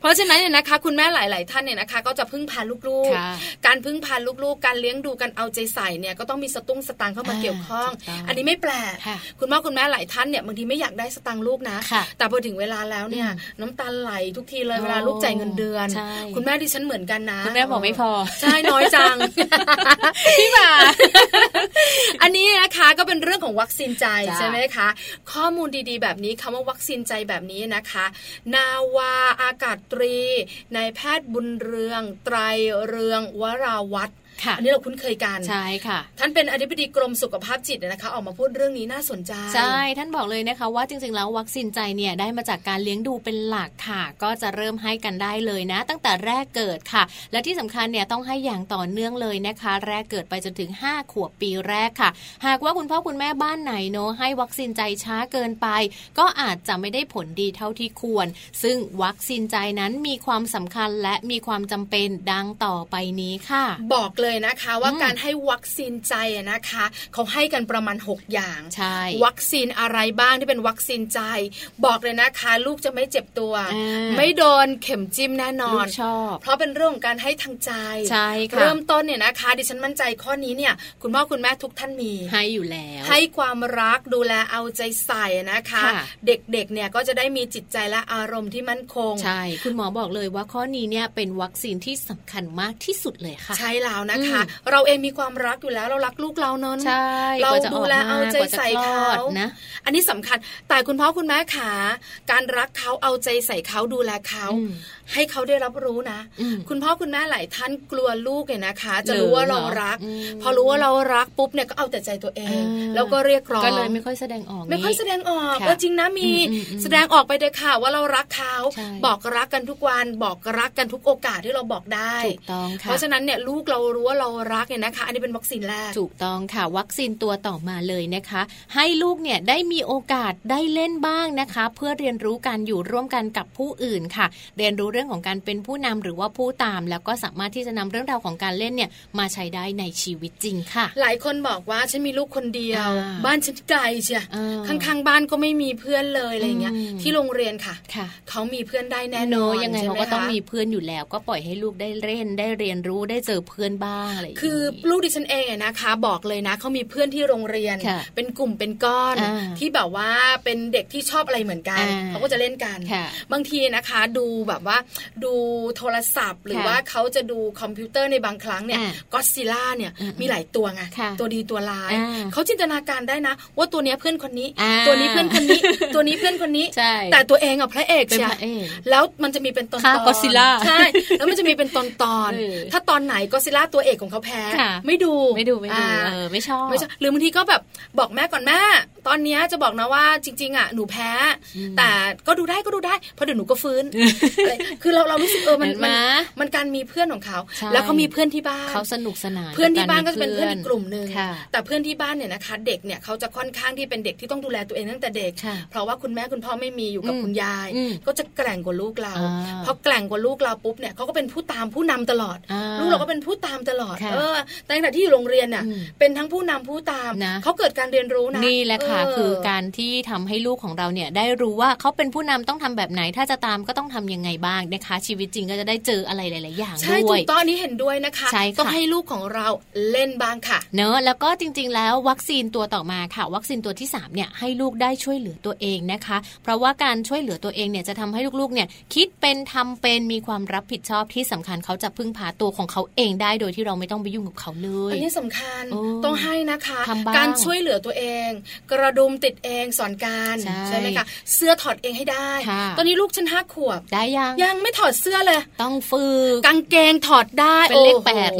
Speaker 1: เพราะฉะนั้นเนี่ยนะคะ คุณแม่หลาย ๆ ท่านเนี่ยนะคะ ก็จะพึ่งพาลูก
Speaker 2: ค่ะ
Speaker 1: ๆ การพึ่งพาลูก ๆ การเลี้ยงดูการเอาใจใส่เนี่ยก็ต้องมีสตุ้งสตางค์เข้ามา
Speaker 2: อ่า
Speaker 1: เกี่ยวข้อง
Speaker 2: ถูกต้อง
Speaker 1: อันนี้ไม่แปลก
Speaker 2: ค่ะ
Speaker 1: คุณพ่อคุณแม่หลายท่านเนี่ยบางทีไม่อยากได้สตังค์ลูกนะ
Speaker 2: ค่ะ
Speaker 1: แต่พอถึงเวลาแล้วเนี่ย
Speaker 2: อืม
Speaker 1: น้ำตาไหลทุกทีเลย
Speaker 2: โอ้
Speaker 1: เวลาลูกจ่ายเงินเดือน
Speaker 2: ใช่
Speaker 1: คุณแม่ดิฉันเหมือนกันนะ
Speaker 2: คุณแม่บอกไม่พอ
Speaker 1: ใช่น้อยจั ง พี่บ่า อันนี้นะคะก็เป็นเรื่องของวัคซีนใจ
Speaker 2: จ้ะ
Speaker 1: ใช่ไหมคะ ข้อมูลดีๆ แบบนี้คำว่าวัคซีนใจแบบนี้นะคะ นาวาอากาศตรีนายแพทย์บุญเรือง ไตรเรืองวราวัตร
Speaker 2: ค่ะ
Speaker 1: อันนี้เราคุ้นเคยกัน
Speaker 2: ใช่ค่ะ
Speaker 1: ท่านเป็นอธิบดีกรมสุขภาพจิตนะคะ ออกมาพูดเรื่องนี้น่าสนใจ
Speaker 2: ใช่ ท่านบอกเลยนะคะว่าจริงๆ แล้ววัคซีนใจเนี่ยได้มาจากการเลี้ยงดูเป็นหลักค่ะ ก็จะเริ่มให้กันได้เลยนะ ตั้งแต่แรกเกิดค่ะ และที่สำคัญเนี่ยต้องให้อย่างต่อเนื่องเลยนะคะ แรกเกิดไปจนถึง 5 ขวบปีแรกค่ะ หากว่าคุณพ่อคุณแม่บ้านไหนเนอะให้วัคซีนใจช้าเกินไป ก็อาจจะไม่ได้ผลดีเท่าที่ควร ซึ่งวัคซีนใจนั้นมีความสำคัญและมีความจำเป็นดังต่อไปนี้ค่ะ
Speaker 1: บอกเลยนะคะว่า
Speaker 2: อืม
Speaker 1: การให้วัคซีนใจอะนะคะเขาให้กันประมาณ 6 อย่าง
Speaker 2: ใช่
Speaker 1: วัคซีนอะไรบ้างที่เป็นวัคซีนใจ บอกเลยนะคะ ลูกจะไม่เจ็บตัว
Speaker 2: อ่า
Speaker 1: ไม่โดนเข็มจิ้มแน่นอ
Speaker 2: ลู
Speaker 1: น
Speaker 2: กชอบ
Speaker 1: เพราะเป็นเรื่องของการให้ทางใจ
Speaker 2: ใช่ค่ะ
Speaker 1: เริ่มต้นเนี่ยนะคะ ดิฉันมั่นใจข้อนี้เนี่ย คุณพ่อคุณแม่ทุกท่านมี
Speaker 2: ให้อยู่แล้ว
Speaker 1: ให้ความรักดูแลเอาใจใส่นะคะ
Speaker 2: ค่ะ
Speaker 1: เด็กๆเนี่ยก็จะได้มีจิตใจและอารมณ์ที่มั่นคง
Speaker 2: ใช่ คุณหมอบอกเลยว่าข้อนี้เนี่ยเป็นวัคซีนที่สำคัญมากที่สุดเลยค่ะ
Speaker 1: ใช่แล้วนะคะ
Speaker 2: อืม
Speaker 1: เราเองมีความรักอยู่แล้วเรารักลูกเราเนน
Speaker 2: ใช่
Speaker 1: เรา
Speaker 2: กว่จะ
Speaker 1: ดู
Speaker 2: กม
Speaker 1: แลเอาใจ
Speaker 2: กว่ะ
Speaker 1: ใส่
Speaker 2: คล
Speaker 1: เขา
Speaker 2: อดนะ
Speaker 1: อันนี้สำคัญ แต่คุณพ่อคุณแม่ขาการรักเขาเอาใจใส่เขาดูแลเขา
Speaker 2: อืม
Speaker 1: ให้เขาได้รับรู้นะ
Speaker 2: อืม
Speaker 1: คุณพ่อคุณแม่หลายท่านกลัวลูกเนี่ยนะคะ จะรู้
Speaker 2: เหรอ
Speaker 1: ว่าเรารัก
Speaker 2: อืม
Speaker 1: พอรู้ว่าเรารักปุ๊บเนี่ยก็เอาแต่ใจตัวเอง
Speaker 2: อ่า
Speaker 1: แล้วก็เรียกร้อง
Speaker 2: ก็เลยไม่ค่อยแสดงออก
Speaker 1: ไม่ค่อย
Speaker 2: นี้
Speaker 1: แสดงออก
Speaker 2: ค่ะ
Speaker 1: ว่าจริงนะมี
Speaker 2: อืมอืมอืม
Speaker 1: แสดงออกไปเถอะค่ะว่าเรารักเขา
Speaker 2: ใช่
Speaker 1: บอกรักกันทุกวันบอกรักกันทุกโอกาสที่เราบอกได้
Speaker 2: ถูกต้องค่ะ
Speaker 1: เพราะฉะนั้นเนี่ยลูกเรารู้ว่าเรารักเนี่ยนะคะ อันนี้เป็นวัคซีนแรก
Speaker 2: ถูกต้องค่ะ วัคซีนตัวต่อมาเลยนะคะ ให้ลูกเนี่ยได้มีโอกาสได้เล่นบ้างนะคะ เพื่อเรียนรู้การอยู่ร่วมกันกับผู้อื่นค่ะ เรียนรู้เรื่องของการเป็นผู้นำหรือว่าผู้ตาม แล้วก็สามารถที่จะนำเรื่องราวของการเล่นเนี่ยมาใช้ได้ในชีวิตจริงค่ะ
Speaker 1: หลายคนบอกว่าฉันมีลูกคนเดียว
Speaker 2: อ่า
Speaker 1: บ้านฉันไกลเชีย
Speaker 2: อ่า
Speaker 1: ข้างๆบ้านก็ไม่มีเพื่อนเลยอะไรอย่างเงี้ย
Speaker 2: อืม
Speaker 1: ที่โรงเรียนค่ะ
Speaker 2: ค่ะ
Speaker 1: เขามีเพื่อนได้แน่
Speaker 2: แน่
Speaker 1: น
Speaker 2: น
Speaker 1: อ
Speaker 2: อน นยังไง
Speaker 1: ใช่
Speaker 2: เขา
Speaker 1: ห
Speaker 2: ก็ต้อง
Speaker 1: คะ
Speaker 2: มีเพื่อนอยู่แล้ว ก็ปล่อยให้ลูกได้เล่นได้เรียนรู้ได้เจอเพื่อนบ้างอะไรย่างนี้
Speaker 1: คือลูกดิฉันเองอะนะคะ บอกเลยนะเขามีเพื่อนที่โรงเรียน
Speaker 2: ค่ะ
Speaker 1: เป็นกลุ่มเป็นก้อน
Speaker 2: อ่า
Speaker 1: ที่แบบว่าเป็นเด็กที่ชอบอะไรเหมือนกัน
Speaker 2: อ่า
Speaker 1: เขาก็จะเล่นกัน
Speaker 2: ค่ะ
Speaker 1: บางทีนะคะดูแบบว่าดูโทรศัพท์ หรือ
Speaker 2: ค่ะ
Speaker 1: ว่าเขาจะดูคอมพิวเตอร์ในบางครั้งเนี่ย
Speaker 2: อ่ะ
Speaker 1: ก็ซิล่าเนี่ย
Speaker 2: อืม
Speaker 1: มีหลายตัวไง
Speaker 2: ค่ะ
Speaker 1: ตัวดีตัวร้าย
Speaker 2: อ่า
Speaker 1: เขาจินตนาการได้นะ ว่าตัวเนี้ยเพื่อนคนนี้
Speaker 2: อ่า
Speaker 1: ตัวนี้เพื่อนคนนี้ ตัวนี้เพื่อนคนนี้
Speaker 2: ใช่
Speaker 1: แต่ตัวเองอะพระเอก
Speaker 2: เป็น
Speaker 1: ใช่
Speaker 2: พระเอก
Speaker 1: แล้วมันจะมีเป็นตอน
Speaker 2: ฆ่า
Speaker 1: ตอน
Speaker 2: Godzilla
Speaker 1: ใช่แล้วมันจะมีเป็นตอนตอน
Speaker 2: เออ
Speaker 1: ถ้าตอนไหนก็ซิล่าตัวเอกของเขาแพ้
Speaker 2: ค่ะ
Speaker 1: ไม่ดู
Speaker 2: ไม่ดูไม่ดู
Speaker 1: อ่า
Speaker 2: เออไม่ชอบ
Speaker 1: ไม่ใช่หรือบางทีก็แบบบอกแม่ก่อนแม่ ตอนเนี้ยจะบอกนะว่าจริง ๆ อ่ะ หนูแพ้ แต่ก็ดูได้ก็ดูได้เพราะเดี๋ยวหนูก็ฟื้ นเอ้ยคือเราเรารู้สึกเออมัน
Speaker 2: เห็นไหม
Speaker 1: มันมันการมีเพื่อนของเขา
Speaker 2: ใช่
Speaker 1: แล้วเขามีเพื่อนที่บ้าน
Speaker 2: เขาสนุกสนาน
Speaker 1: เพื่อนที่
Speaker 2: บ
Speaker 1: บ้าน
Speaker 2: มี
Speaker 1: ก็จะเป็นเพื่อนอีกกลุ่มหนึ่ง
Speaker 2: ค่ะ
Speaker 1: แต่เพื่อนที่บ้านเนี่ยนะคะ เด็กเนี่ยเขาจะค่อนข้างที่เป็นเด็กที่ต้องดูแลตัวเองตั้งแต่เด็ก
Speaker 2: ค่ะ
Speaker 1: เพราะว่าคุณแม่คุณพ่อไม่มีอยู่กับ
Speaker 2: อืม
Speaker 1: คุณยาย
Speaker 2: อืม
Speaker 1: ก็จะแกร่งกว่าลูกเรา
Speaker 2: อ่า
Speaker 1: พอแกร่งกว่าลูกเราปุ๊บเนี่ยเขาก็เป็นผู้ตามผู้นำตลอด
Speaker 2: อ่า
Speaker 1: ลูกเราก็เป็นผู้ตามตลอด
Speaker 2: ค่ะ
Speaker 1: เออแต่ขณะที่อยู่โรงเรียนน่ะ
Speaker 2: อืม
Speaker 1: เป็นทั้งผู้นำผู้ตาม
Speaker 2: นะ
Speaker 1: เขาเกิดการเรียนรู้นะ
Speaker 2: นี่แหละค่ะ
Speaker 1: เ
Speaker 2: คือการที่ทำให้ลูกของเราเนี่ยได้รู้ว่าเขาเป็นผู้นำต้องทำแบบไหน ถ้าจะตามก็ต้องทำยังไงบ้างนะคะ ชีวิตจริงก็จะได้เจออะไรหลาย ๆ อย่าง
Speaker 1: ใช่
Speaker 2: ด้
Speaker 1: ถู
Speaker 2: วย
Speaker 1: กต้องอันนี้เห็นด้วยนะคะ
Speaker 2: ใช่ค่ะ
Speaker 1: ต้องให้ลูกของเราเล่นบ้างค่ะ
Speaker 2: เนอะแล้วก็จริงๆ แล้ววัคซีนตัวต่อมาค่ะ วัคซีนตัวที่สามเนี่ยให้ลูกได้ช่วยเหลือตัวเองนะคะ เพราะว่าการช่วยเหลือตัวเองเนี่ยจะทำให้ลูกๆ เนี่ยคิดเป็นทำเป็นมีความรับผิดชอบที่สำคัญเขาจะพึ่งพาตัวของเขาเองได้โดยที่เราไม่ต้องไปยุ่งกับเขาเลย
Speaker 1: อันนี้สำคัญ
Speaker 2: โอ้
Speaker 1: ต้องให้นะคะ
Speaker 2: ทำบ้าง
Speaker 1: การช่วยเหลือตัวเอง ก ระดุมติดเองสอนการ
Speaker 2: ใช่
Speaker 1: ไหมคะเสื้อถอดเองให้ได้
Speaker 2: ค่ะ
Speaker 1: ตอนนี้ลูกฉันห้าขวบ
Speaker 2: ได้ยัง
Speaker 1: ยังไม่ถอดเสื้อเลย
Speaker 2: ต้องฝึก
Speaker 1: กางเกงถอดได้
Speaker 2: เป็นเลข
Speaker 1: โอ้โห
Speaker 2: แปด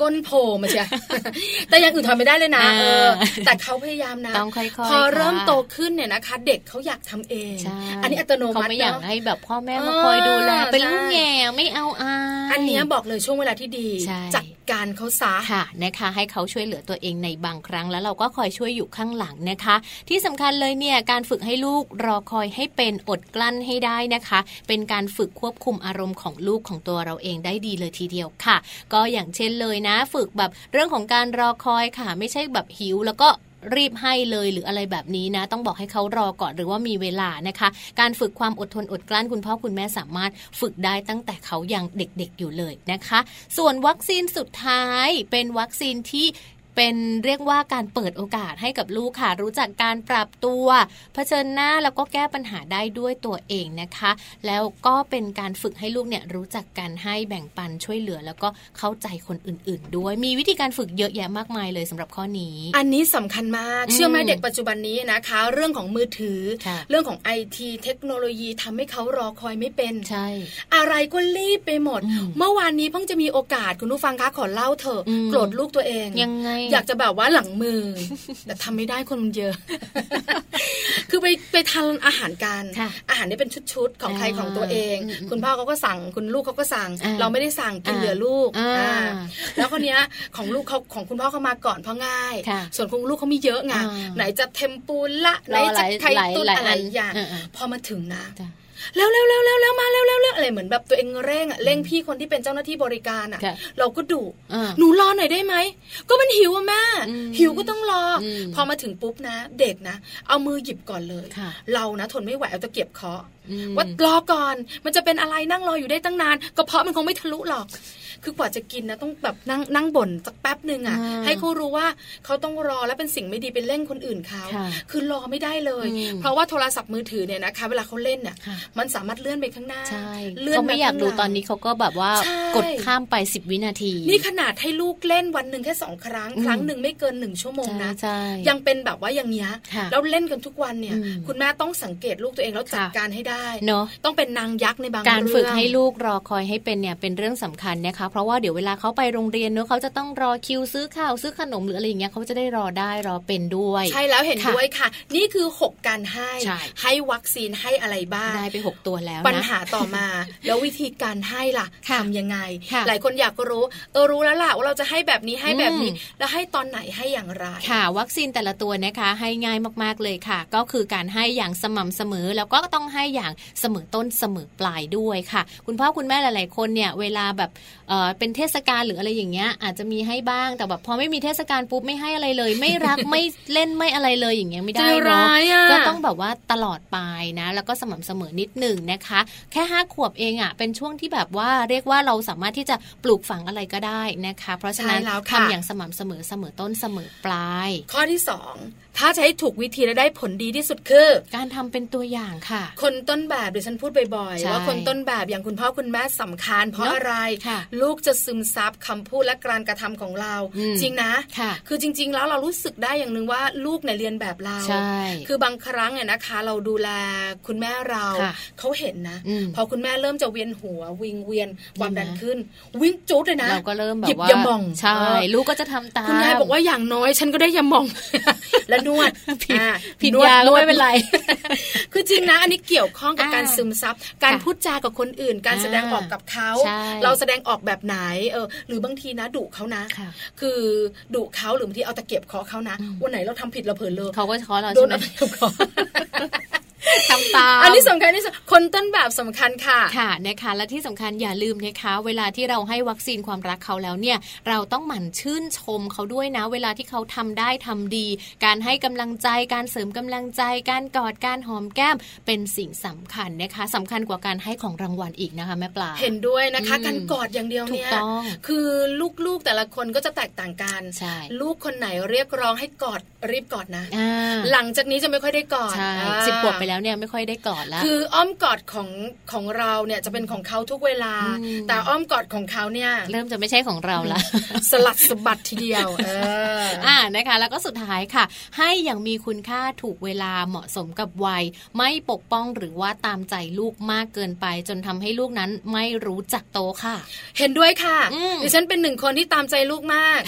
Speaker 1: ก้นโผล่มาเชีย แต่อยังอื่นถอดไม่ได้เลยนะ
Speaker 2: อ่า
Speaker 1: เออแต่เขาพยายามนะ
Speaker 2: ต้องค่อยๆ
Speaker 1: พอเริ่ม
Speaker 2: ค่ะ
Speaker 1: โตขึ้นเนี่ยนะคะ เด็กเขาอยากทำเอง
Speaker 2: ใช่
Speaker 1: อันนี้อัตโนมั
Speaker 2: เขา
Speaker 1: ติ
Speaker 2: ไม่อยาก
Speaker 1: เนอะ
Speaker 2: ให้แบบพ่อแม่มา
Speaker 1: เออ
Speaker 2: คอยดูแลเป็น
Speaker 1: ใช่
Speaker 2: ลูกแง่ไม่เอาอาย
Speaker 1: อันเนี้ยบอกเลยช่วงเวลาที่ดี
Speaker 2: ใช่
Speaker 1: จัดการเขาซะ
Speaker 2: ค่ะนะคะ ให้เขาช่วยเหลือตัวเองในบางครั้งแล้วเราก็คอยช่วยอยู่ข้างหลังนะคะ ที่สำคัญเลยเนี่ยการฝึกให้ลูกรอคอยให้เป็นอดกลั้นให้ได้นะคะ เป็นการฝึกควบคุมอารมณ์ของลูกของตัวเราเองได้ดีเลยทีเดียวค่ะ ก็อย่างเช่นเลยนะ ฝึกแบบเรื่องของการรอคอยค่ะ ไม่ใช่แบบหิวแล้วก็รีบให้เลยหรืออะไรแบบนี้นะ ต้องบอกให้เขารอก่อนหรือว่ามีเวลานะคะ การฝึกความอดทนอดกลั้นคุณพ่อคุณแม่สามารถฝึกได้ตั้งแต่เขายังเด็กๆอยู่เลยนะคะ ส่วนวัคซีนสุดท้ายเป็นวัคซีนที่เป็นเรียกว่าการเปิดโอกาสให้กับลูกค่ะ รู้จักการปรับตัวเผชิญหน้าแล้วก็แก้ปัญหาได้ด้วยตัวเองนะคะ แล้วก็เป็นการฝึกให้ลูกเนี่ยรู้จักการให้แบ่งปันช่วยเหลือ แล้วก็เข้าใจคนอื่น ๆ ด้วยมีวิธีการฝึกเยอะแยะมากมายเลยสำหรับข้อนี้
Speaker 1: อันนี้สำคัญมาก เชื่อไหม
Speaker 2: อืม
Speaker 1: เด็กปัจจุบันนี้นะคะ เรื่องของมือถือ
Speaker 2: ค่ะ
Speaker 1: เรื่องของไอทีเทคโนโลยีทำให้เขารอคอยไม่เป็น
Speaker 2: ใช่
Speaker 1: อะไรก็รีบไปหมด
Speaker 2: อืม
Speaker 1: เมื่อวานนี้เพิ่งจะมีโอกาสคุณผู้ฟังคะขอเล่าเถอะ
Speaker 2: อืม
Speaker 1: โกรธลูกตัวเอง
Speaker 2: ยังไง
Speaker 1: อยากจะแบบว่าหลังมือ แต่ทำไม่ได้คนมัน เยอะ คือไปไปทานอาหารกัน
Speaker 2: ค่ะ
Speaker 1: อาหารเนี่ยเป็นชุดๆของใคร
Speaker 2: อ่า
Speaker 1: ของตัวเอง
Speaker 2: อืม
Speaker 1: คุณพ่อเขาก็สั่งคุณลูกเขาก็สั่ง
Speaker 2: อ่า
Speaker 1: เราไม่ได้สั่งกิน
Speaker 2: อ่า
Speaker 1: เหลือลูก
Speaker 2: อ่า
Speaker 1: อ่าแล้วคนเนี้ยของลูกเขาของคุณพ่อเขามาก่อนเพราะง่าย
Speaker 2: ค่ะ
Speaker 1: ส่วนของลูกเขามีเยอะไง
Speaker 2: อ่า
Speaker 1: ไหนจะเทมปูละไหน
Speaker 2: รอห
Speaker 1: จะ
Speaker 2: ลาย
Speaker 1: ไข่ตุ้น
Speaker 2: หลาย
Speaker 1: อะไร
Speaker 2: อัน
Speaker 1: อย่าง
Speaker 2: อ่า
Speaker 1: พอมาถึงนะ
Speaker 2: จ้ะ
Speaker 1: เร็วเร็วเร็วเร็วเร็วมาเร็วเร็วเร็วอะไรเหมือนแบบตัวเองเร่งอะเร่งพี่คนที่เป็นเจ้าหน้าที่บริการอะ
Speaker 2: ค่ะ
Speaker 1: เราก็ดุ
Speaker 2: อ่า
Speaker 1: หนูรอหน่อยได้ไหม ก็มันหิวอะแม่
Speaker 2: อืม
Speaker 1: หิวก็ต้องรออ
Speaker 2: ม
Speaker 1: พอมาถึงปุ๊บนะ เด็กนะ เอามือหยิบก่อนเลย
Speaker 2: ค่ะ
Speaker 1: เรานะทนไม่ไหวเอาตะเกียบเคาะ
Speaker 2: อืม
Speaker 1: ว่ารอก่อน มันจะเป็นอะไรนั่งรออยู่ได้ตั้งนานกระเพาะมันคงไม่ทะลุหรอก คือกว่าจะกินนะต้องแบบนั่งนั่งบ่นสักแป๊บหนึ่งอะ่ะ
Speaker 2: อ่า
Speaker 1: ให้เขารู้ว่าเขาต้องรอและเป็นสิ่งไม่ดีเป็นเร่งคนอื่นเขา
Speaker 2: ค่ะ
Speaker 1: คือรอไม่ได้เลย
Speaker 2: อืม
Speaker 1: เพราะว่าโทรศัพท์มือถือเนี่ยนะคะ เวลาเขาเล่นเนี่ย
Speaker 2: ค่ะ
Speaker 1: มันสามารถเลื่อนไปข้างหน้า
Speaker 2: ใช่
Speaker 1: เลื่อน
Speaker 2: เขาไม่อยา
Speaker 1: ป
Speaker 2: ก
Speaker 1: ข้งห
Speaker 2: ดู
Speaker 1: ลัง
Speaker 2: ตอนนี้เขาก็แบบว่า
Speaker 1: ใช่
Speaker 2: กดข้ามไป 10 วินาที
Speaker 1: นี่ขนาดให้ลูกเล่นวันหนึ่งแค่สองครั้ง
Speaker 2: อืม
Speaker 1: ครั้งหนึ่งไม่เกินหนึ่งชั่วโมง
Speaker 2: ใช่
Speaker 1: นะ
Speaker 2: ใช่
Speaker 1: ยังเป็นแบบว่าอย่างเงี้ย
Speaker 2: ค่ะ
Speaker 1: แล้วเล่นกันทุกวันเนี่ย
Speaker 2: อืม
Speaker 1: คุณแม่ต้องสังเกตลูกตัวเองแล้วจัด
Speaker 2: ค่ะ
Speaker 1: การให้ได้
Speaker 2: เนาะ
Speaker 1: ต้องเป็นนางยักษ์ในบาง
Speaker 2: การฝึก
Speaker 1: เอง
Speaker 2: ให้ลูกรอคอยให้เป็นเนี่ยเป็นเรื่องสำคัญนะคะ เพราะว่าเดี๋ยวเวลาเขาไปโรงเรียนเนอะเขาจะต้องรอคิวซื้อข้าวซื้อขนมหรืออะไรอย่างเงี้ยเขาจะได้รอได้รอเป็นด้วย
Speaker 1: ใช่แล้วเห็น
Speaker 2: ค่ะ
Speaker 1: ด้วยค่ะ นี่คือ 6 การให้
Speaker 2: ใช่
Speaker 1: ให้วัคซีนให้อะไรบ้าง
Speaker 2: ได้ไปหกตัวแล้วนะ
Speaker 1: ปัญหาต่อมา แล้ววิธีการให้ล่ะ
Speaker 2: ค่ะ
Speaker 1: ทำยังไง
Speaker 2: ค่ะ
Speaker 1: หลายคนอยากรู้ เออรู้แล้วล่ะว่าเราจะให้แบบนี้ให้แบบนี้
Speaker 2: อืม
Speaker 1: แล้วให้ตอนไหนให้อย่างไร
Speaker 2: ค่ะ วัคซีนแต่ละตัวนะคะให้ง่ายมากๆเลยค่ะ ก็คือการให้อย่างสม่ำเสมอ แล้วก็ต้องให้อย่างเสมอต้นเสมอปลายด้วยค่ะ คุณพ่อคุณแม่หลาย ๆ คนเนี่ยเวลาแบบเอ่อเป็นเทศกาลหรืออะไรอย่างเงี้ยอาจจะมีให้บ้างแต่แบบพอไม่มีเทศกาลปุ๊บไม่ให้อะไรเลย ไม่รัก ไม่เล่นไม่อะไรเลยอย่างเงี้ยไม่ได้
Speaker 1: ใจร้า
Speaker 2: เนาะ
Speaker 1: ยอะ
Speaker 2: ก็ต้องแบบว่าตลอดไปนะ แล้วก็สม่ำเสมอนิดหนึ่งนะคะ แค่ห้าขวบเองอะ่ะเป็นช่วงที่แบบว่าเรียกว่าเราสามารถที่จะปลูกฝังอะไรก็ได้นะคะ เพราะฉะนั้น
Speaker 1: ใช่แล้ว
Speaker 2: ทำ
Speaker 1: ค่ะ
Speaker 2: อย่างสม่ำเสมอเสมอต้นเสมอปลาย
Speaker 1: ข้อที่สองถ้าจะให้ถูกวิธีและได้ผลดีที่สุดคือ
Speaker 2: การทำเป็นตัวอย่างค่ะ
Speaker 1: คนต้นแบบเดี๋ยวฉันพูดบ่อย
Speaker 2: ใช่
Speaker 1: ๆว่าคนต้นแบบอย่างคุณพ่อคุณแม่สำคัญ เพราะ
Speaker 2: เนอะ
Speaker 1: อะไร
Speaker 2: ค่ะ
Speaker 1: ลูกจะซึมซับคำพูดและการกระทำของเรา
Speaker 2: อืม
Speaker 1: จริงนะ
Speaker 2: ค่ะ
Speaker 1: อจริง ๆ แล้วเรารู้สึกได้อย่างหนึ่งว่าลูกเนี่ยเรียนแบบเรา
Speaker 2: ใช่
Speaker 1: คือบางครั้งเนี่ยนะคะ เราดูแลคุณแม่เรา
Speaker 2: ค่ะ
Speaker 1: เขาเห็นนะ
Speaker 2: อืม
Speaker 1: พอคุณแม่เริ่มจะเวียนหัว วิงเวียนความดัน
Speaker 2: นะ
Speaker 1: ขึ้น วิ่งจุดเลยนะ
Speaker 2: เราก็เริ่มแบ
Speaker 1: หยิ
Speaker 2: บบ ว่าย
Speaker 1: ามอง
Speaker 2: ใช่
Speaker 1: เออ
Speaker 2: ลูกก็จะทำตาม
Speaker 1: คุณยายบอกว่าอย่างน้อยฉันก็ได้ ยามอง และนวด
Speaker 2: ผิด
Speaker 1: อ่ะ
Speaker 2: ผิด
Speaker 1: นวด
Speaker 2: ยาก็
Speaker 1: วด
Speaker 2: ไม่เป็นไร
Speaker 1: คือจริงนะ อันนี้เกี่ยวข้องกับ
Speaker 2: อ่า
Speaker 1: การซึมซับการ
Speaker 2: ค่ะ
Speaker 1: พูดจากับคนอื่น การแสดงออกกับเขา
Speaker 2: ใช่
Speaker 1: เราแสดงออกแบบไหนเออหรือบางทีนะดุเขานะ
Speaker 2: ค่ะ
Speaker 1: คือดุเขาหรือบางทีเอาตะเกียบเคาะเขานะวันไหนเราทำผิดเราเผลอเลย
Speaker 2: เขาก็เคาะเรา
Speaker 1: โดน
Speaker 2: ใช่ไห
Speaker 1: เอา
Speaker 2: ม
Speaker 1: ตะเกียบ เคาะ
Speaker 2: ทำตาม
Speaker 1: อันนี้สำคัญที่สุดคนต้นแบบสำคัญค่ะ
Speaker 2: ค่ะนะคะและที่สำคัญอย่าลืมนะคะ เวลาที่เราให้วัคซีนความรักเขาแล้วเนี่ย เราต้องหมั่นชื่นชมเขาด้วยนะ เวลาที่เขาทำได้ทำดี การให้กำลังใจการเสริมกำลังใจ การกอดการหอมแก้มเป็นสิ่งสำคัญนะคะสำคัญกว่าการให้ของรางวัลอีกนะคะแม่ปลา
Speaker 1: เห็นด้วยนะคะ
Speaker 2: อืม
Speaker 1: การกอดอย่างเดียวเนี่ย
Speaker 2: ถูกต้อง
Speaker 1: คือลูกๆแต่ละคนก็จะแตกต่างกัน
Speaker 2: ใช่
Speaker 1: ลูกคนไหนเรียกร้องให้กอดรีบกอดนะ
Speaker 2: อ่า
Speaker 1: หลังจากนี้จะไม่ค่อยได้กอด
Speaker 2: ใช่
Speaker 1: อ่า
Speaker 2: สิบขวบไปแล้ว แล้วเนี่ยไม่ค่อยได้กอดแล้ว
Speaker 1: คืออ้อมกอดของของเราเนี่ยจะเป็นของเขาทุกเวลา
Speaker 2: อืม
Speaker 1: แต่อ้อมกอดของเขาเนี่ย
Speaker 2: เริ่มจะไม่ใช่ของเราละ
Speaker 1: สลัดสะบัดทีเดียวเอออ
Speaker 2: อ่านะคะ แล้วก็สุดท้ายค่ะ ให้อย่างมีคุณค่าถูกเวลาเหมาะสมกับวัย ไม่ปกป้องหรือว่าตามใจลูกมากเกินไป จนทำให้ลูกนั้นไม่รู้จักโตค่ะ
Speaker 1: เห็นด้วยค่ะ
Speaker 2: อืม
Speaker 1: ดิฉันเป็นหนึ่งคนที่ตามใจลูก มาก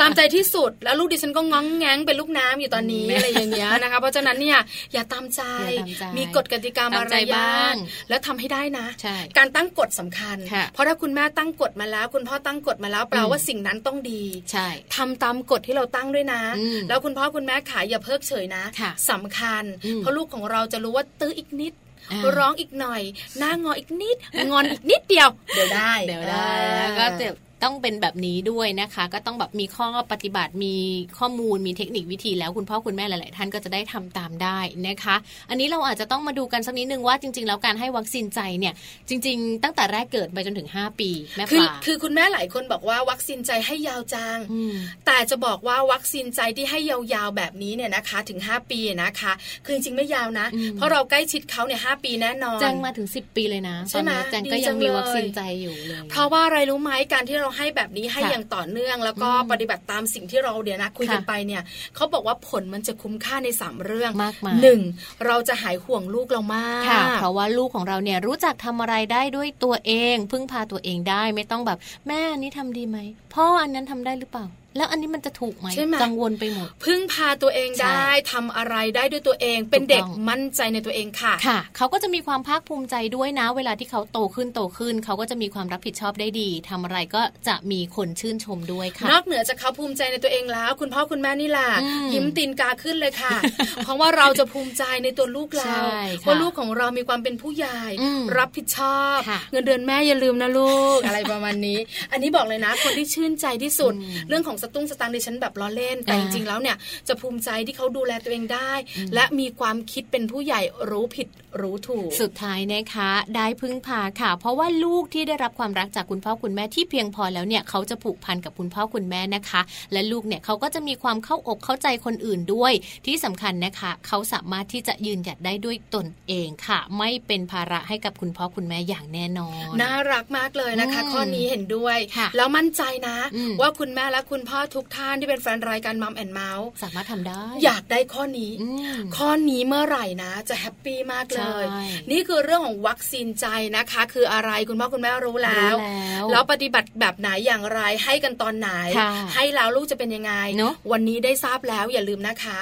Speaker 1: ตามใจที่สุดแล้วลูกดิฉันก็ง้องแง้งเป็นลูกน้ำอยู่ตอนนี้ อะไรอย่างเงี้ยนะคะ เพราะฉะนั้นเนี่ยอย่าตามใจ
Speaker 2: อย่าตามใจ
Speaker 1: มีกฎกติ
Speaker 2: ตาม
Speaker 1: กาาม ร
Speaker 2: ใจ
Speaker 1: ยา
Speaker 2: บ้าง
Speaker 1: ทแล้วทำให้ได้นะ
Speaker 2: ใช่
Speaker 1: การตั้งกฎสำคัญ
Speaker 2: ค่ะ
Speaker 1: เพราะถ้าคุณแม่ตั้งกฎมาแล้ว คุณพ่อตั้งกฎมาแล้วแปลว่าสิ่งนั้นต้องดี
Speaker 2: ใช่
Speaker 1: ทำตามกฎที่เราตั้งด้วยนะ
Speaker 2: อืม
Speaker 1: แล้วคุณพ่อคุณแม่ขายอย่าเพิกเฉยนะ
Speaker 2: ค่ะ
Speaker 1: สำคัญ
Speaker 2: อืม
Speaker 1: เพราะลูกของเราจะรู้ว่าตื้ออีกนิด
Speaker 2: อ่า
Speaker 1: ร้องอีกหน่อย หน้างออีกนิด งอนอีกนิดเดียว เดี๋ยวได้
Speaker 2: เดี๋ยวได้
Speaker 1: อ่า
Speaker 2: แล้วก็จะต้องเป็นแบบนี้ด้วยนะคะ ก็ต้องแบบมีข้อปฏิบัติมีข้อมูลมีเทคนิควิธีแล้วคุณพ่อคุณแม่หลาย ๆ ท่านก็จะได้ทำตามได้นะคะ อันนี้เราอาจจะต้องมาดูกันสักนิดนึงว่าจริง ๆ แล้วการให้วัคซีนใจเนี่ยจริง ๆ ตั้งแต่แรกเกิดไปจนถึง 5 ปีแม่
Speaker 1: คือ
Speaker 2: ป่า
Speaker 1: คือคุณแม่หลายคนบอกว่าวัคซีนใจให้ยาวจัง
Speaker 2: ม
Speaker 1: แต่จะบอกว่าวัคซีนใจที่ให้ยาวๆแบบนี้เนี่ยนะคะถึง 5 ปีนะคะ คือจริงๆไม่ยาวนะ
Speaker 2: อืม
Speaker 1: เพราะเราใกล้ชิดเขาเนี่ยหปีแน่นอน
Speaker 2: แจงมาถึง 10 ปีเลยนะ
Speaker 1: ใช่
Speaker 2: ตอน
Speaker 1: ไหม
Speaker 2: นี้แจง
Speaker 1: ดี
Speaker 2: ก็
Speaker 1: จั
Speaker 2: ยัง
Speaker 1: ง
Speaker 2: มี
Speaker 1: เลย
Speaker 2: วัคซีนใจอยู่เลย
Speaker 1: เพราะว่าอะไรรู้ไหมการที่เราให้แบบนี้ให้
Speaker 2: ค่ะ
Speaker 1: อย่างต่อเนื่อง แล้วก็
Speaker 2: อืม
Speaker 1: ปฏิบัติตามสิ่งที่เราเดี๋ยวนะคุยกัน
Speaker 2: ค่ะ
Speaker 1: ไปเนี่ยเขาบอกว่าผลมันจะคุ้มค่าใน 3 เรื่อง
Speaker 2: มากมาย
Speaker 1: หนึ่งเราจะหายห่วงลูกเรามา
Speaker 2: ค่ะ
Speaker 1: ก
Speaker 2: เพราะว่าลูกของเราเนี่ยรู้จักทำอะไรได้ด้วยตัวเอง พึ่งพาตัวเองได้ไม่ต้องแบบแม่อันนี้ทำดีไหมพ่ออันนั้นทำได้หรือเปล่า แล้วอันนี้มันจะถูกไหม
Speaker 1: ใช่ไหม
Speaker 2: กังวลไปหมด
Speaker 1: พึ่งพาตัวเอง
Speaker 2: ใช่
Speaker 1: ได้ทำอะไรได้ด้วยตัวเองเป็น
Speaker 2: ถูก
Speaker 1: เด็ก
Speaker 2: ต้อง
Speaker 1: มั่นใจในตัวเองค่ะ
Speaker 2: ค่ะ เขาก็จะมีความภาคภูมิใจด้วยนะ เวลาที่เขาโตขึ้นโตขึ้น เขาก็จะมีความรับผิดชอบได้ดีทำอะไรก็จะมีคนชื่นชมด้วยค่ะ
Speaker 1: นอกเหนือจากเขาภูมิใจในตัวเองแล้ว คุณพ่อคุณแม่นี่ล่ะ
Speaker 2: อืม
Speaker 1: ยิ้มตีนกาขึ้นเลยค่ะ เพราะว่าเราจะภูมิใจในตัวลูกเรา
Speaker 2: ใช่ค่ะ
Speaker 1: ว่าลูกของเรามีความเป็นผู้ใหญ่
Speaker 2: อืม
Speaker 1: รับผิดชอบ
Speaker 2: ค่ะ
Speaker 1: เงินเดือนแม่อย่าลืมนะลูก อะไรประมาณนี้ อันนี้บอกเลยนะ คนที่ชื่นใจที่สุด
Speaker 2: อืม
Speaker 1: เรื่องของสตุ้งสตางค์ดิฉันแบบล้อเล่นแต่
Speaker 2: อ่า
Speaker 1: จริงๆแล้วเนี่ยจะภูมิใจที่เขาดูแลตัวเองได้ และมีความคิดเป็นผู้ใหญ่รู้ผิดรู้ถูก
Speaker 2: สุดท้ายนะคะ ได้พึ่งพาค่ะ เพราะว่าลูกที่ได้รับความรักจากคุณพ่อคุณแม่ที่เพียงพอแล้วเนี่ยเขาจะผูกพันกับคุณพ่อคุณแม่นะคะ และลูกเนี่ยเขาก็จะมีความเข้าอกเข้าใจคนอื่นด้วย ที่สำคัญนะคะ เขาสามารถที่จะยืนหยัดได้ด้วยตนเองค่ะ ไม่เป็นภาระให้กับคุณพ่อคุณแม่อย่างแน่นอน
Speaker 1: น่ารักมากเลยนะคะ
Speaker 2: อืม
Speaker 1: ข้อนี้เห็นด้วย
Speaker 2: ค่ะ
Speaker 1: แล้วมั่นใจนะ
Speaker 2: อืม
Speaker 1: ว่าคุณแม่และคุณพ่อทุกท่านที่เป็นแฟนรายการมัมแอนเมาส์
Speaker 2: สามารถทำได้
Speaker 1: อยากได้ข้อนี้
Speaker 2: อืม
Speaker 1: ข้อนี้เมื่อไหร่นะ จะแฮปปี้มากเลย
Speaker 2: ใช่
Speaker 1: นี่คือเรื่องของวัคซีนใจนะคะ คืออะไรคุณพ่อคุณแม่รู้แล้
Speaker 2: รู้
Speaker 1: ว
Speaker 2: แล้ว
Speaker 1: แล้วปฏิบัติแบบไหนอย่างไรให้กันตอนไหน
Speaker 2: ค่ะ
Speaker 1: ให้แล้วลูกจะเป็นยังไง
Speaker 2: เนอะ
Speaker 1: วันนี้ได้ทราบแล้วอย่าลืมนะคะ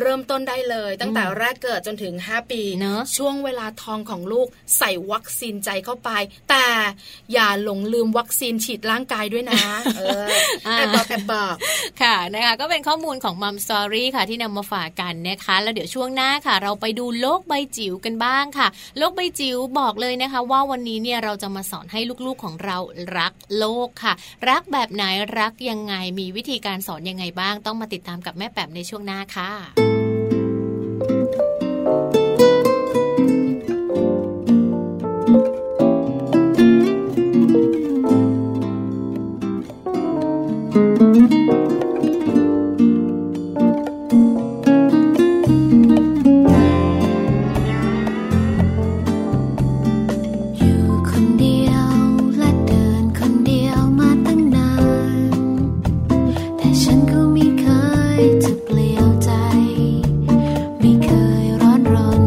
Speaker 1: เริ่มต้นได้เลย ตั้งแต่แรกเกิดจนถึง 5 ปี
Speaker 2: เนอะ
Speaker 1: ช่วงเวลาทองของลูกใส่วัคซีนใจเข้าไป แต่อย่าหลงลืมวัคซีนฉีดร่างกายด้วย นะเออ
Speaker 2: อ่า
Speaker 1: แอบบอกแอบบอก
Speaker 2: ค่ะนะคะก็เป็นข้อมูลของมัมสตอรี่ค่ะที่นำมาฝากกันนะคะ แล้วเดี๋ยวช่วงหน้าค่ะ เราไปดูโลกใบจิ๋วกันบ้างค่ะ โลกใบจิ๋วบอกเลยนะคะ ว่าวันนี้เนี่ยเราจะมาสอนให้ลูกๆของเรารักโลกค่ะ รักแบบไหนรักยังไงมีวิธีการสอนยังไงบ้าง ต้องมาติดตามกับแม่แป๋มในช่วงหน้าค่ะ
Speaker 7: อยู่คนเดียวและเดินคนเดียวมาตั้งนาน แต่ฉันก็ไม่เคยจะเปลี่ยวใจ ไม่เคยร้อนรน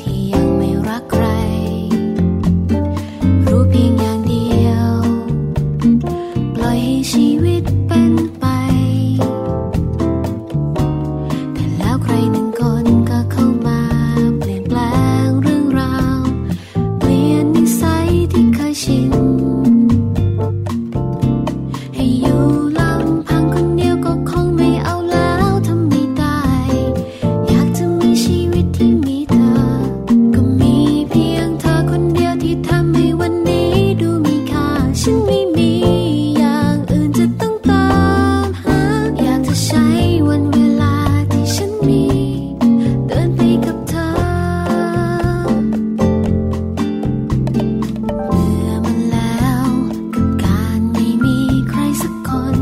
Speaker 7: ที่ยังไม่รักใคร รู้เพียงอย่างเดียว ปล่อยให้ชีวิตเป็นไป แต่แล้วใครหนึ่งคนก็เข้ามาเปลี่ยนแปลงเรื่องราว เปลี่ยนนิสัยที่เคยชิน ให้อยู่ลำพังคนเดียวก็คงไม่เอาแล้วทำไม่ได้ อยากจะมีชีวิตที่มีเธอ ก็มีเพียงเธอคนเดียวที่ทำให้วันนี้ดูมีค่า ฉันไม่มีอย่างอื่นจะต้องตามหา อยากจะใช้วันเวลาที่ฉันมี เดินไปกับเธอ เบื่อมันแล้วกับการไม่มีใครสักคน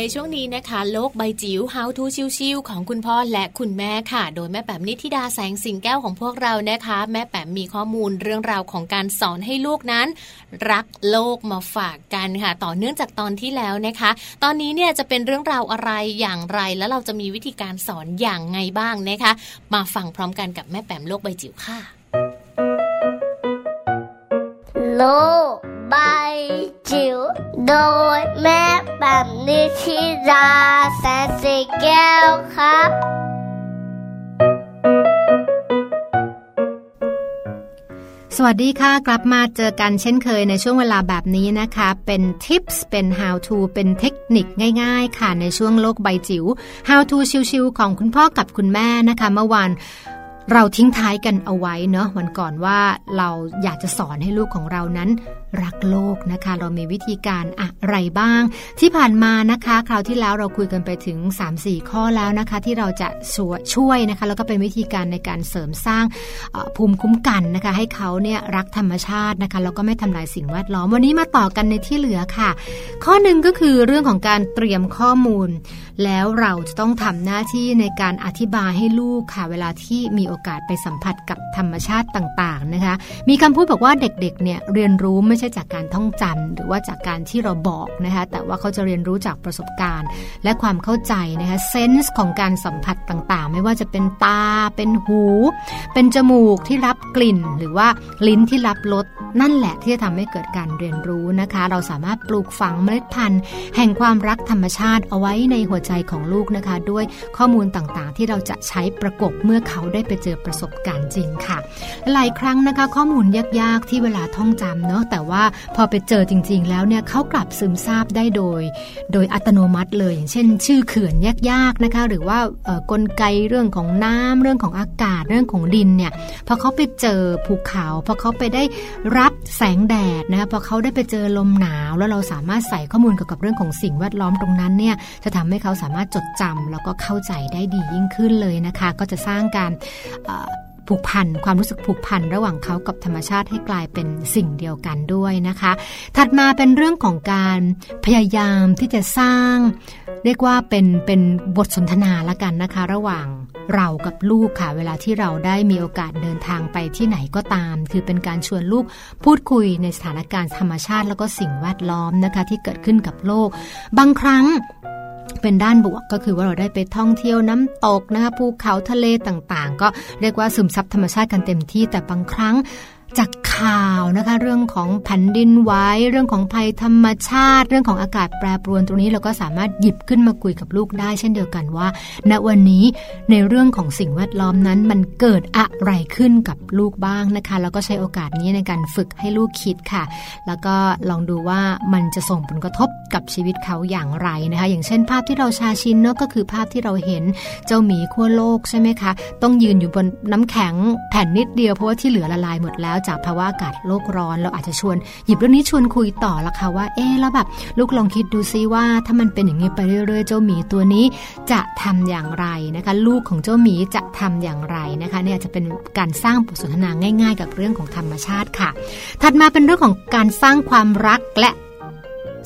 Speaker 2: ในช่วงนี้นะคะ โลกใบจิ๋ว How to ชิวๆของคุณพ่อและคุณแม่ค่ะ โดยแม่แปมนิธิดาแสงสิงแก้วของพวกเรานะคะ แม่แปมมีข้อมูลเรื่องราวของการสอนให้ลูกนั้น รักโลกมาฝากกันค่ะ ต่อเนื่องจากตอนที่แล้วนะคะ ตอนนี้เนี่ยจะเป็นเรื่องราวอะไรอย่างไร แล้วเราจะมีวิธีการสอนอย่างไงบ้างนะคะ มาฟังพร้อมกันกับแม่แปมโลกใบจิ๋วค่ะ
Speaker 8: โลกใบจิ๋วโดยแม่แบบนิชิราแสนสีแก้วครับ
Speaker 7: สวัสดีค่ะ กลับมาเจอกันเช่นเคยในช่วงเวลาแบบนี้นะคะ เป็นทิปส์เป็น how to เป็นเทคนิคง่ายๆ ค่ะในช่วงโลกใบจิ๋ว how to ชิวๆของคุณพ่อกับคุณแม่นะคะ เมื่อวานเราทิ้งท้ายกันเอาไว้เนาะวันก่อนว่าเราอยากจะสอนให้ลูกของเรานั้น รักโลกนะคะ เรามีวิธีการอะไรบ้าง ที่ผ่านมานะคะ คราวที่แล้วเราคุยกันไปถึง 3-4 ข้อแล้วนะคะ ที่เราจะช่วยช่วยนะคะ แล้วก็เป็นวิธีการในการเสริมสร้าง เอ่อภูมิคุ้มกันนะคะ ให้เขาเนี่ยรักธรรมชาตินะคะแล้วก็ไม่ทำลายสิ่งแวดล้อมวันนี้มาต่อกันในที่เหลือค่ะ ข้อหนึ่งก็คือเรื่องของการเตรียมข้อมูล แล้วเราจะต้องทำหน้าที่ในการอธิบายให้ลูกค่ะ เวลาที่มีโอกาสไปสัมผัสกับธรรมชาติต่างๆนะคะ มีคำพูดบอกว่าเด็กๆเนี่ยเรียนรู้ไม่ใช่จากการท่องจำหรือว่าจากการที่เราบอกนะคะแต่ว่าเขาจะเรียนรู้จากประสบการณ์ และความเข้าใจนะคะเซนส์ของการสัมผัสต่างๆ ไม่ว่าจะเป็นตาเป็นหู เป็นจมูกที่รับกลิ่น หรือว่าลิ้นที่รับรสนั่นแหละที่จะทำให้เกิดการเรียนรู้นะคะ เราสามารถปลูกฝังเมล็ดพันธุ์ แห่งความรักธรรมชาติเอาไว้ในหัวใจของลูกนะคะ ด้วยข้อมูลต่างๆ ที่เราจะใช้ประกบเมื่อเขาได้ไปเจอประสบการณ์จริงค่ะ หลายครั้งนะคะ ข้อมูลยากๆ ที่เวลาท่องจำเนาะแต่ว่าพอไปเจอจริง ๆ แล้วเนี่ยเขากลับซึมซาบได้โดย โดยอัตโนมัติเลยอย่างเช่น ชื่อเขื่อนยากๆนะคะ หรือว่าเอ่อกลไกเรื่องของน้ำเรื่องของอากาศเรื่องของดินเนี่ยพอเขาไปเจอภูเขาพอเขาไปได้รับแสงแดดนะคะพอเขาได้ไปเจอลมหนาว แล้วเราสามารถใส่ข้อมูลเกี่ยวกับเรื่องของสิ่งแวดล้อมตรงนั้นเนี่ยจะทำให้เขาสามารถจดจำแล้วก็เข้าใจได้ดียิ่งขึ้นเลยนะคะ ก็จะสร้างการเอ่อ ผูกพันความรู้สึกผูกพันระหว่างเขากับธรรมชาติให้กลายเป็นสิ่งเดียวกันด้วยนะคะ ถัดมาเป็นเรื่องของการพยายามที่จะสร้าง เรียกว่าเป็นเป็นบทสนทนาละกันนะคะ ระหว่างเรากับลูกค่ะ เวลาที่เราได้มีโอกาสเดินทางไปที่ไหนก็ตาม คือเป็นการชวนลูกพูดคุยในสถานการณ์ธรรมชาติ แล้วก็สิ่งแวดล้อมนะคะ ที่เกิดขึ้นกับโลก บางครั้ง เป็นด้านบวกก็คือว่าเราได้ไปท่องเที่ยวน้ำตกนะคะภูเขาทะเลต่างๆ ก็เรียกว่าซึมซับธรรมชาติกันเต็มที่แต่บางครั้งจากข่าวนะคะ เรื่องของแผ่นดินไหวเรื่องของภัยธรรมชาติ เรื่องของอากาศแปรปรวนตรงนี้เราก็สามารถหยิบขึ้นมาคุยกับลูกได้ เช่นเดียวกันว่า ณวันนี้ในเรื่องของสิ่งแวดล้อมนั้นมันเกิดอะไรขึ้นกับลูกบ้างนะคะ แล้วก็ใช้โอกาสนี้ในการฝึกให้ลูกคิดค่ะ แล้วก็ลองดูว่ามันจะส่งผลกระทบกับชีวิตเขาอย่างไรนะคะ อย่างเช่นภาพที่เราชาชินเนอะก็คือภาพที่เราเห็นเจ้าหมีขั้วโลกใช่ไหมคะ ต้องยืนอยู่บนน้ำแข็งแผ่นนิดเดียวเพราะว่าที่เหลือละลายหมดแล้วจากภาวะอากาศโลกร้อน เราอาจจะชวนหยิบเรื่องนี้ชวนคุยต่อละค่ะว่าเอ๊ะแล้วแบบลูกลองคิดดูซิว่า ถ้ามันเป็นอย่างนี้ไปเรื่อยๆ เจ้าหมีตัวนี้ จะทำอย่างไรนะคะ ลูกของเจ้าหมีจะทำอย่างไรนะคะ เนี่ยจะเป็นการสร้างบทสนทนาง่ายๆ กับเรื่องของธรรมชาติค่ะ ถัดมาเป็นเรื่องของการสร้างความรักและ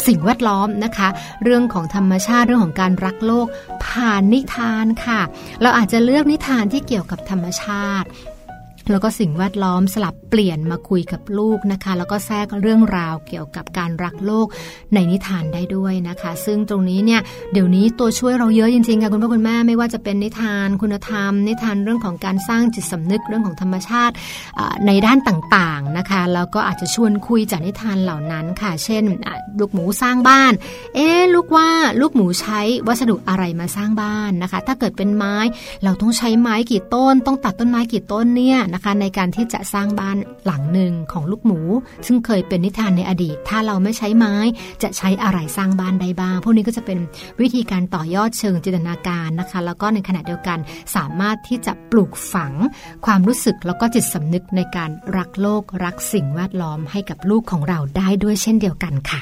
Speaker 7: สิ่งแวดล้อมนะคะ เรื่องของธรรมชาติเรื่องของการรักโลกผ่านนิทานค่ะ เราอาจจะเลือกนิทานที่เกี่ยวกับธรรมชาติ แล้วก็สิ่งแวดล้อมสลับเปลี่ยนมาคุยกับลูกนะคะ แล้วก็แทรกเรื่องราวเกี่ยวกับการรักโลกในนิทานได้ด้วยนะคะ ซึ่งตรงนี้เนี่ยเดี๋ยวนี้ตัวช่วยเราเยอะจริงๆค่ะคุณพ่อคุณแม่ไม่ว่าจะเป็นนิทานคุณธรรม นิทานเรื่องของการสร้างจิตสำนึกเรื่องของธรรมชาติอ่าในด้านต่างๆนะคะแล้วก็อาจจะชวนคุยจากนิทานเหล่านั้นค่ะ เช่นอ่ะลูกหมูสร้างบ้าน เอ๊ะลูกว่าลูกหมูใช้วัสดุอะไรมาสร้างบ้านนะคะ ถ้าเกิดเป็นไม้ เราต้องใช้ไม้กี่ต้น ต้องตัดต้นไม้กี่ต้นเนี่ยนะคะ ในการที่จะสร้างบ้านหลังหนึ่งของลูกหมู ซึ่งเคยเป็นนิทานในอดีต ถ้าเราไม่ใช้ไม้จะใช้อะไรสร้างบ้านได้บ้าง พวกนี้ก็จะเป็นวิธีการต่อยอดเชิงจินตนาการนะคะ แล้วก็ในขณะเดียวกันสามารถที่จะปลูกฝังความรู้สึกแล้วก็จิตสำนึกในการรักโลกรักสิ่งแวดล้อมให้กับลูกของเราได้ด้วยเช่นเดียวกันค่ะ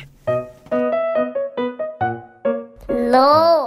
Speaker 8: โลก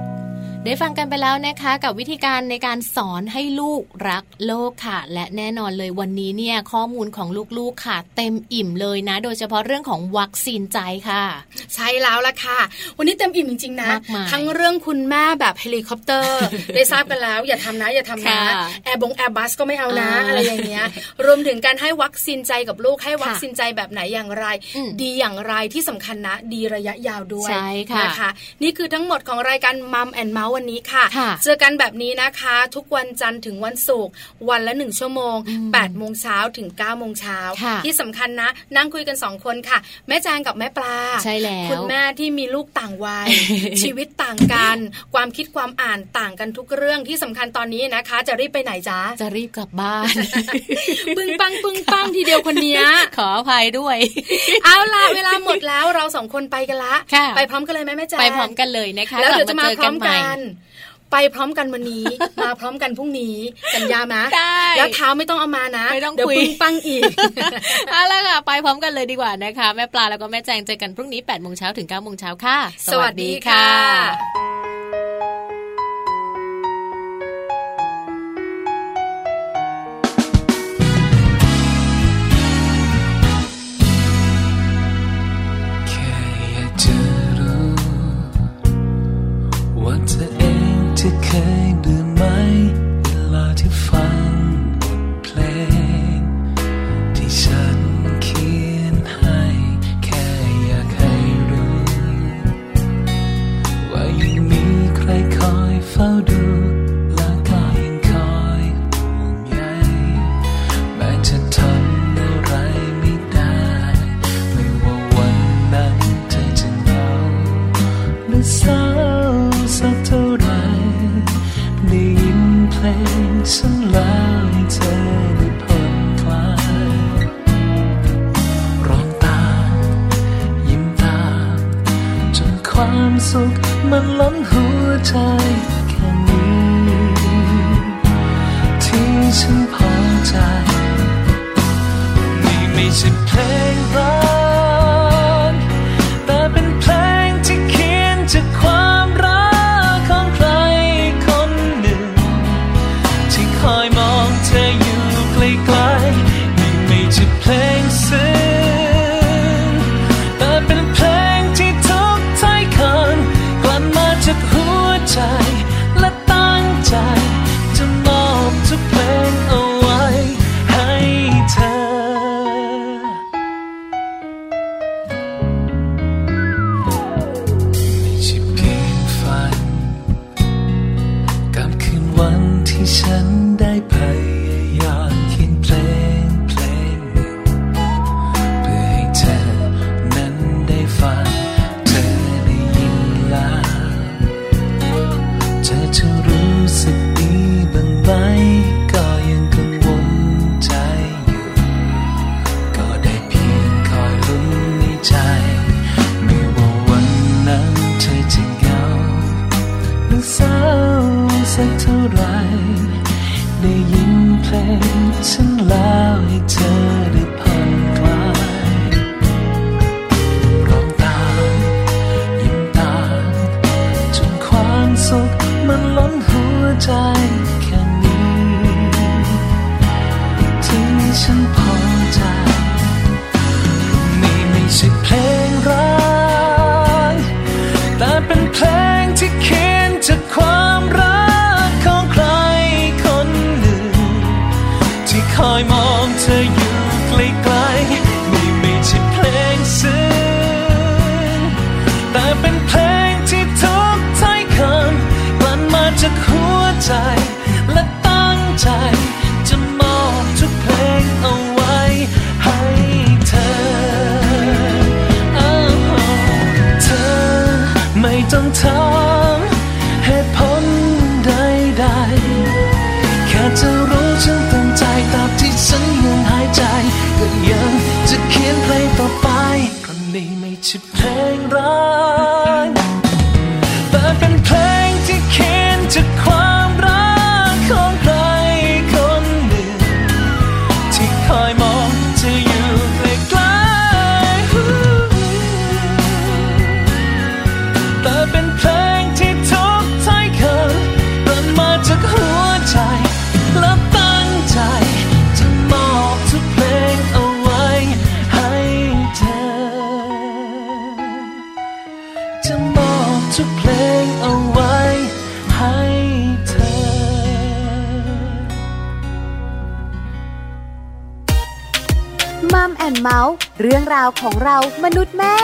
Speaker 2: ได้ฟังกันไปแล้วนะคะ กับวิธีการในการสอนให้ลูกรักโลกค่ะ และแน่นอนเลยวันนี้เนี่ยข้อมูลของลูกๆค่ะ เต็มอิ่มเลยนะ โดยเฉพาะเรื่องของวัคซีนใจค่ะ
Speaker 1: ใช่แล้วล่ะค่ะ วันนี้เต็มอิ่มจริง ๆ นะ
Speaker 2: มากมาย
Speaker 1: ทั้งเรื่องคุณแม่แบบเฮลิคอปเตอ ร์ ได้ทราบกันแล้ว อย่าทำนะ อย่าทำนะ
Speaker 2: ค่ะ
Speaker 1: แอร์บงแอร์บัสก็ไม่เอานะ
Speaker 2: อ่า
Speaker 1: อะไรอย่างเงี้ย รวมถึงการให้วัคซีนใจกับลูก ให้วัคซีนใจแบบไหนอย่างไร
Speaker 2: อืม
Speaker 1: ดีอย่างไรที่สำคัญนะ ดีระยะยาวด้วย
Speaker 2: ใช่ค่ะ
Speaker 1: นะคะ นี่คือทั้งหมดของรายการมัมแอนเมาส์วันนี้ค่ะ
Speaker 2: ค่ะ
Speaker 1: เจอกันแบบนี้นะคะ ทุกวันจันทร์ถึงวันศุกร์วันละหนึ่งชั่วโมง
Speaker 2: อืม
Speaker 1: 8ปดโมงเช้าถึง9ก้าโมงเช้า
Speaker 2: ค่ะ
Speaker 1: ที่สำคัญนะ นั่งคุยกันสองคนค่ะ แม่จางกับแม่ปลา
Speaker 2: ใช่แล้ว
Speaker 1: คุณแม่ที่มีลูกต่าง วัย ชีวิตต่างกัน ความคิดความอ่านต่างกันทุกเรื่องที่สำคัญตอนนี้นะคะ จะรีบไปไหนจ๊ะ
Speaker 2: จะรีบกลับบ้าน
Speaker 1: ปึ้งปังปึ้งปังทีเดียวคนเนี้ ย
Speaker 2: ขออภัยด้วย
Speaker 1: เอาล่ะเวลาหมดแล้วเราสองคนไปกันละ
Speaker 2: ค่ะ
Speaker 1: ไปพร้อมกันเลยไหมแม่จ๊ะ
Speaker 2: ไปพร้อมกันเลยนะคะ
Speaker 1: แล้วเดี๋ยว
Speaker 2: ก
Speaker 1: จะ
Speaker 2: บ
Speaker 1: มา
Speaker 2: เจอ
Speaker 1: พร้อม
Speaker 2: ให
Speaker 1: กัน ไปพร้อมกันวันนี้ มาพร้อมกันพรุ่งนี้สัญญาไหม
Speaker 2: ได้
Speaker 1: แล้วเท้าไม่ต้องเอามานะ
Speaker 2: ไม่ต้อง
Speaker 1: เดี๋ยว
Speaker 2: คุย
Speaker 1: ปึ้งปังอี ก
Speaker 2: เอาละค่ะ ไปพร้อมกันเลยดีกว่านะคะ แม่ปลาแล้วก็แม่แจงเจอกันพรุ่งนี้8ปดโมงเช้าถึง9ก้าโมงเช้าค่ะ
Speaker 1: สวัสดีค่ะ
Speaker 5: แค่อยากจะรู้ ว่าเธอเองที่เคยดื่มไหมเวลาที่ฟังบทเพลง ที่ฉันเขียนให้ แค่อยากให้รู้ ว่ายังมีใครคอยเฝ้าดู และก็ยังคอยห่วงใย แม้จะทำอะไรไม่ได้ ไม่ว่าวันนั้นเธอจะเหงาหรือเศร้าสักเท่าไหรได้ยินเพลงฉันแล้วให้เธอได้ผ่อนคลายร้องตามยิ้มตามจนความสุขมันล้นหัวใจแค่นี้ ที่ฉันพอใจ นี่ไม่ใช่เพลงรักแต่เป็นเพลงที่เขียนจากความรักของใครคนหนึ่ง ที่คอยมองเธออยู่ไกลๆนี่ไม่ใช่เพลงซึ้งแต่เป็นเพลงที่ทุกท้ายคำกลั่นมาจากหัวใจ และตั้งใจ จะมอบทุกเพลงเอาไว้ให้เธอ ไม่ใช่เพียงฝัน กับคืนวันที่ฉันได้พยายามเขียนเพลงเพลงหนึ่ง เพื่อให้เธอนั้นได้ฟัง เธอได้ยินแล้ว เธอจะรู้สึกดีบ้างไหม ก็ยังกังวลใจอยู่ ก็ได้เพียงคอยลุ้นในใจ ไม่ว่าวันนั้นเธอจะเหงา หรือเศร้าสักเท่าไหรได้ยินเพลงฉันแล้วให้เธอได้ผ่อนคลายร้องตามยิ้มตามจนความสุขมันล้นหัวใจแค่นี้ ที่ฉันพอใจ นี่ไม่ใช่เพลงรัก แต่เป็นเพลงที่เขียนจากความรักของใครคนหนึ่ง ที่คอยมองเธออยู่ไกลๆนี่ไม่ใช่เพลงซึ้งแต่เป็นเพลงที่ทุกท้ายคำกลั่นมาจากหัวใจ และตั้งใจ จะมอบทุกเพลงเอาไว้ให้เธอ อ้าวเธอไม่ต้องถามเหตุผลใดๆ แค่เธอรู้ฉันตั้งใจตราบที่ฉันยังหายใจ ก็ยังจะเขียนเพลงต่อไปเพราะนี่ไม่ใช่เพลงรักแต่เป็นเพลงที่เขียนจากความรักของใครคนหนึ่ง ที่คอยมองเธออยู่ไกลๆ แต่เป็นเพลงที่ทุกท้ายค มอบทุกเพลงเอาไว้ให้เธอ
Speaker 6: มัมแอนเมาส์เรื่องราวของเรามนุษย์แม่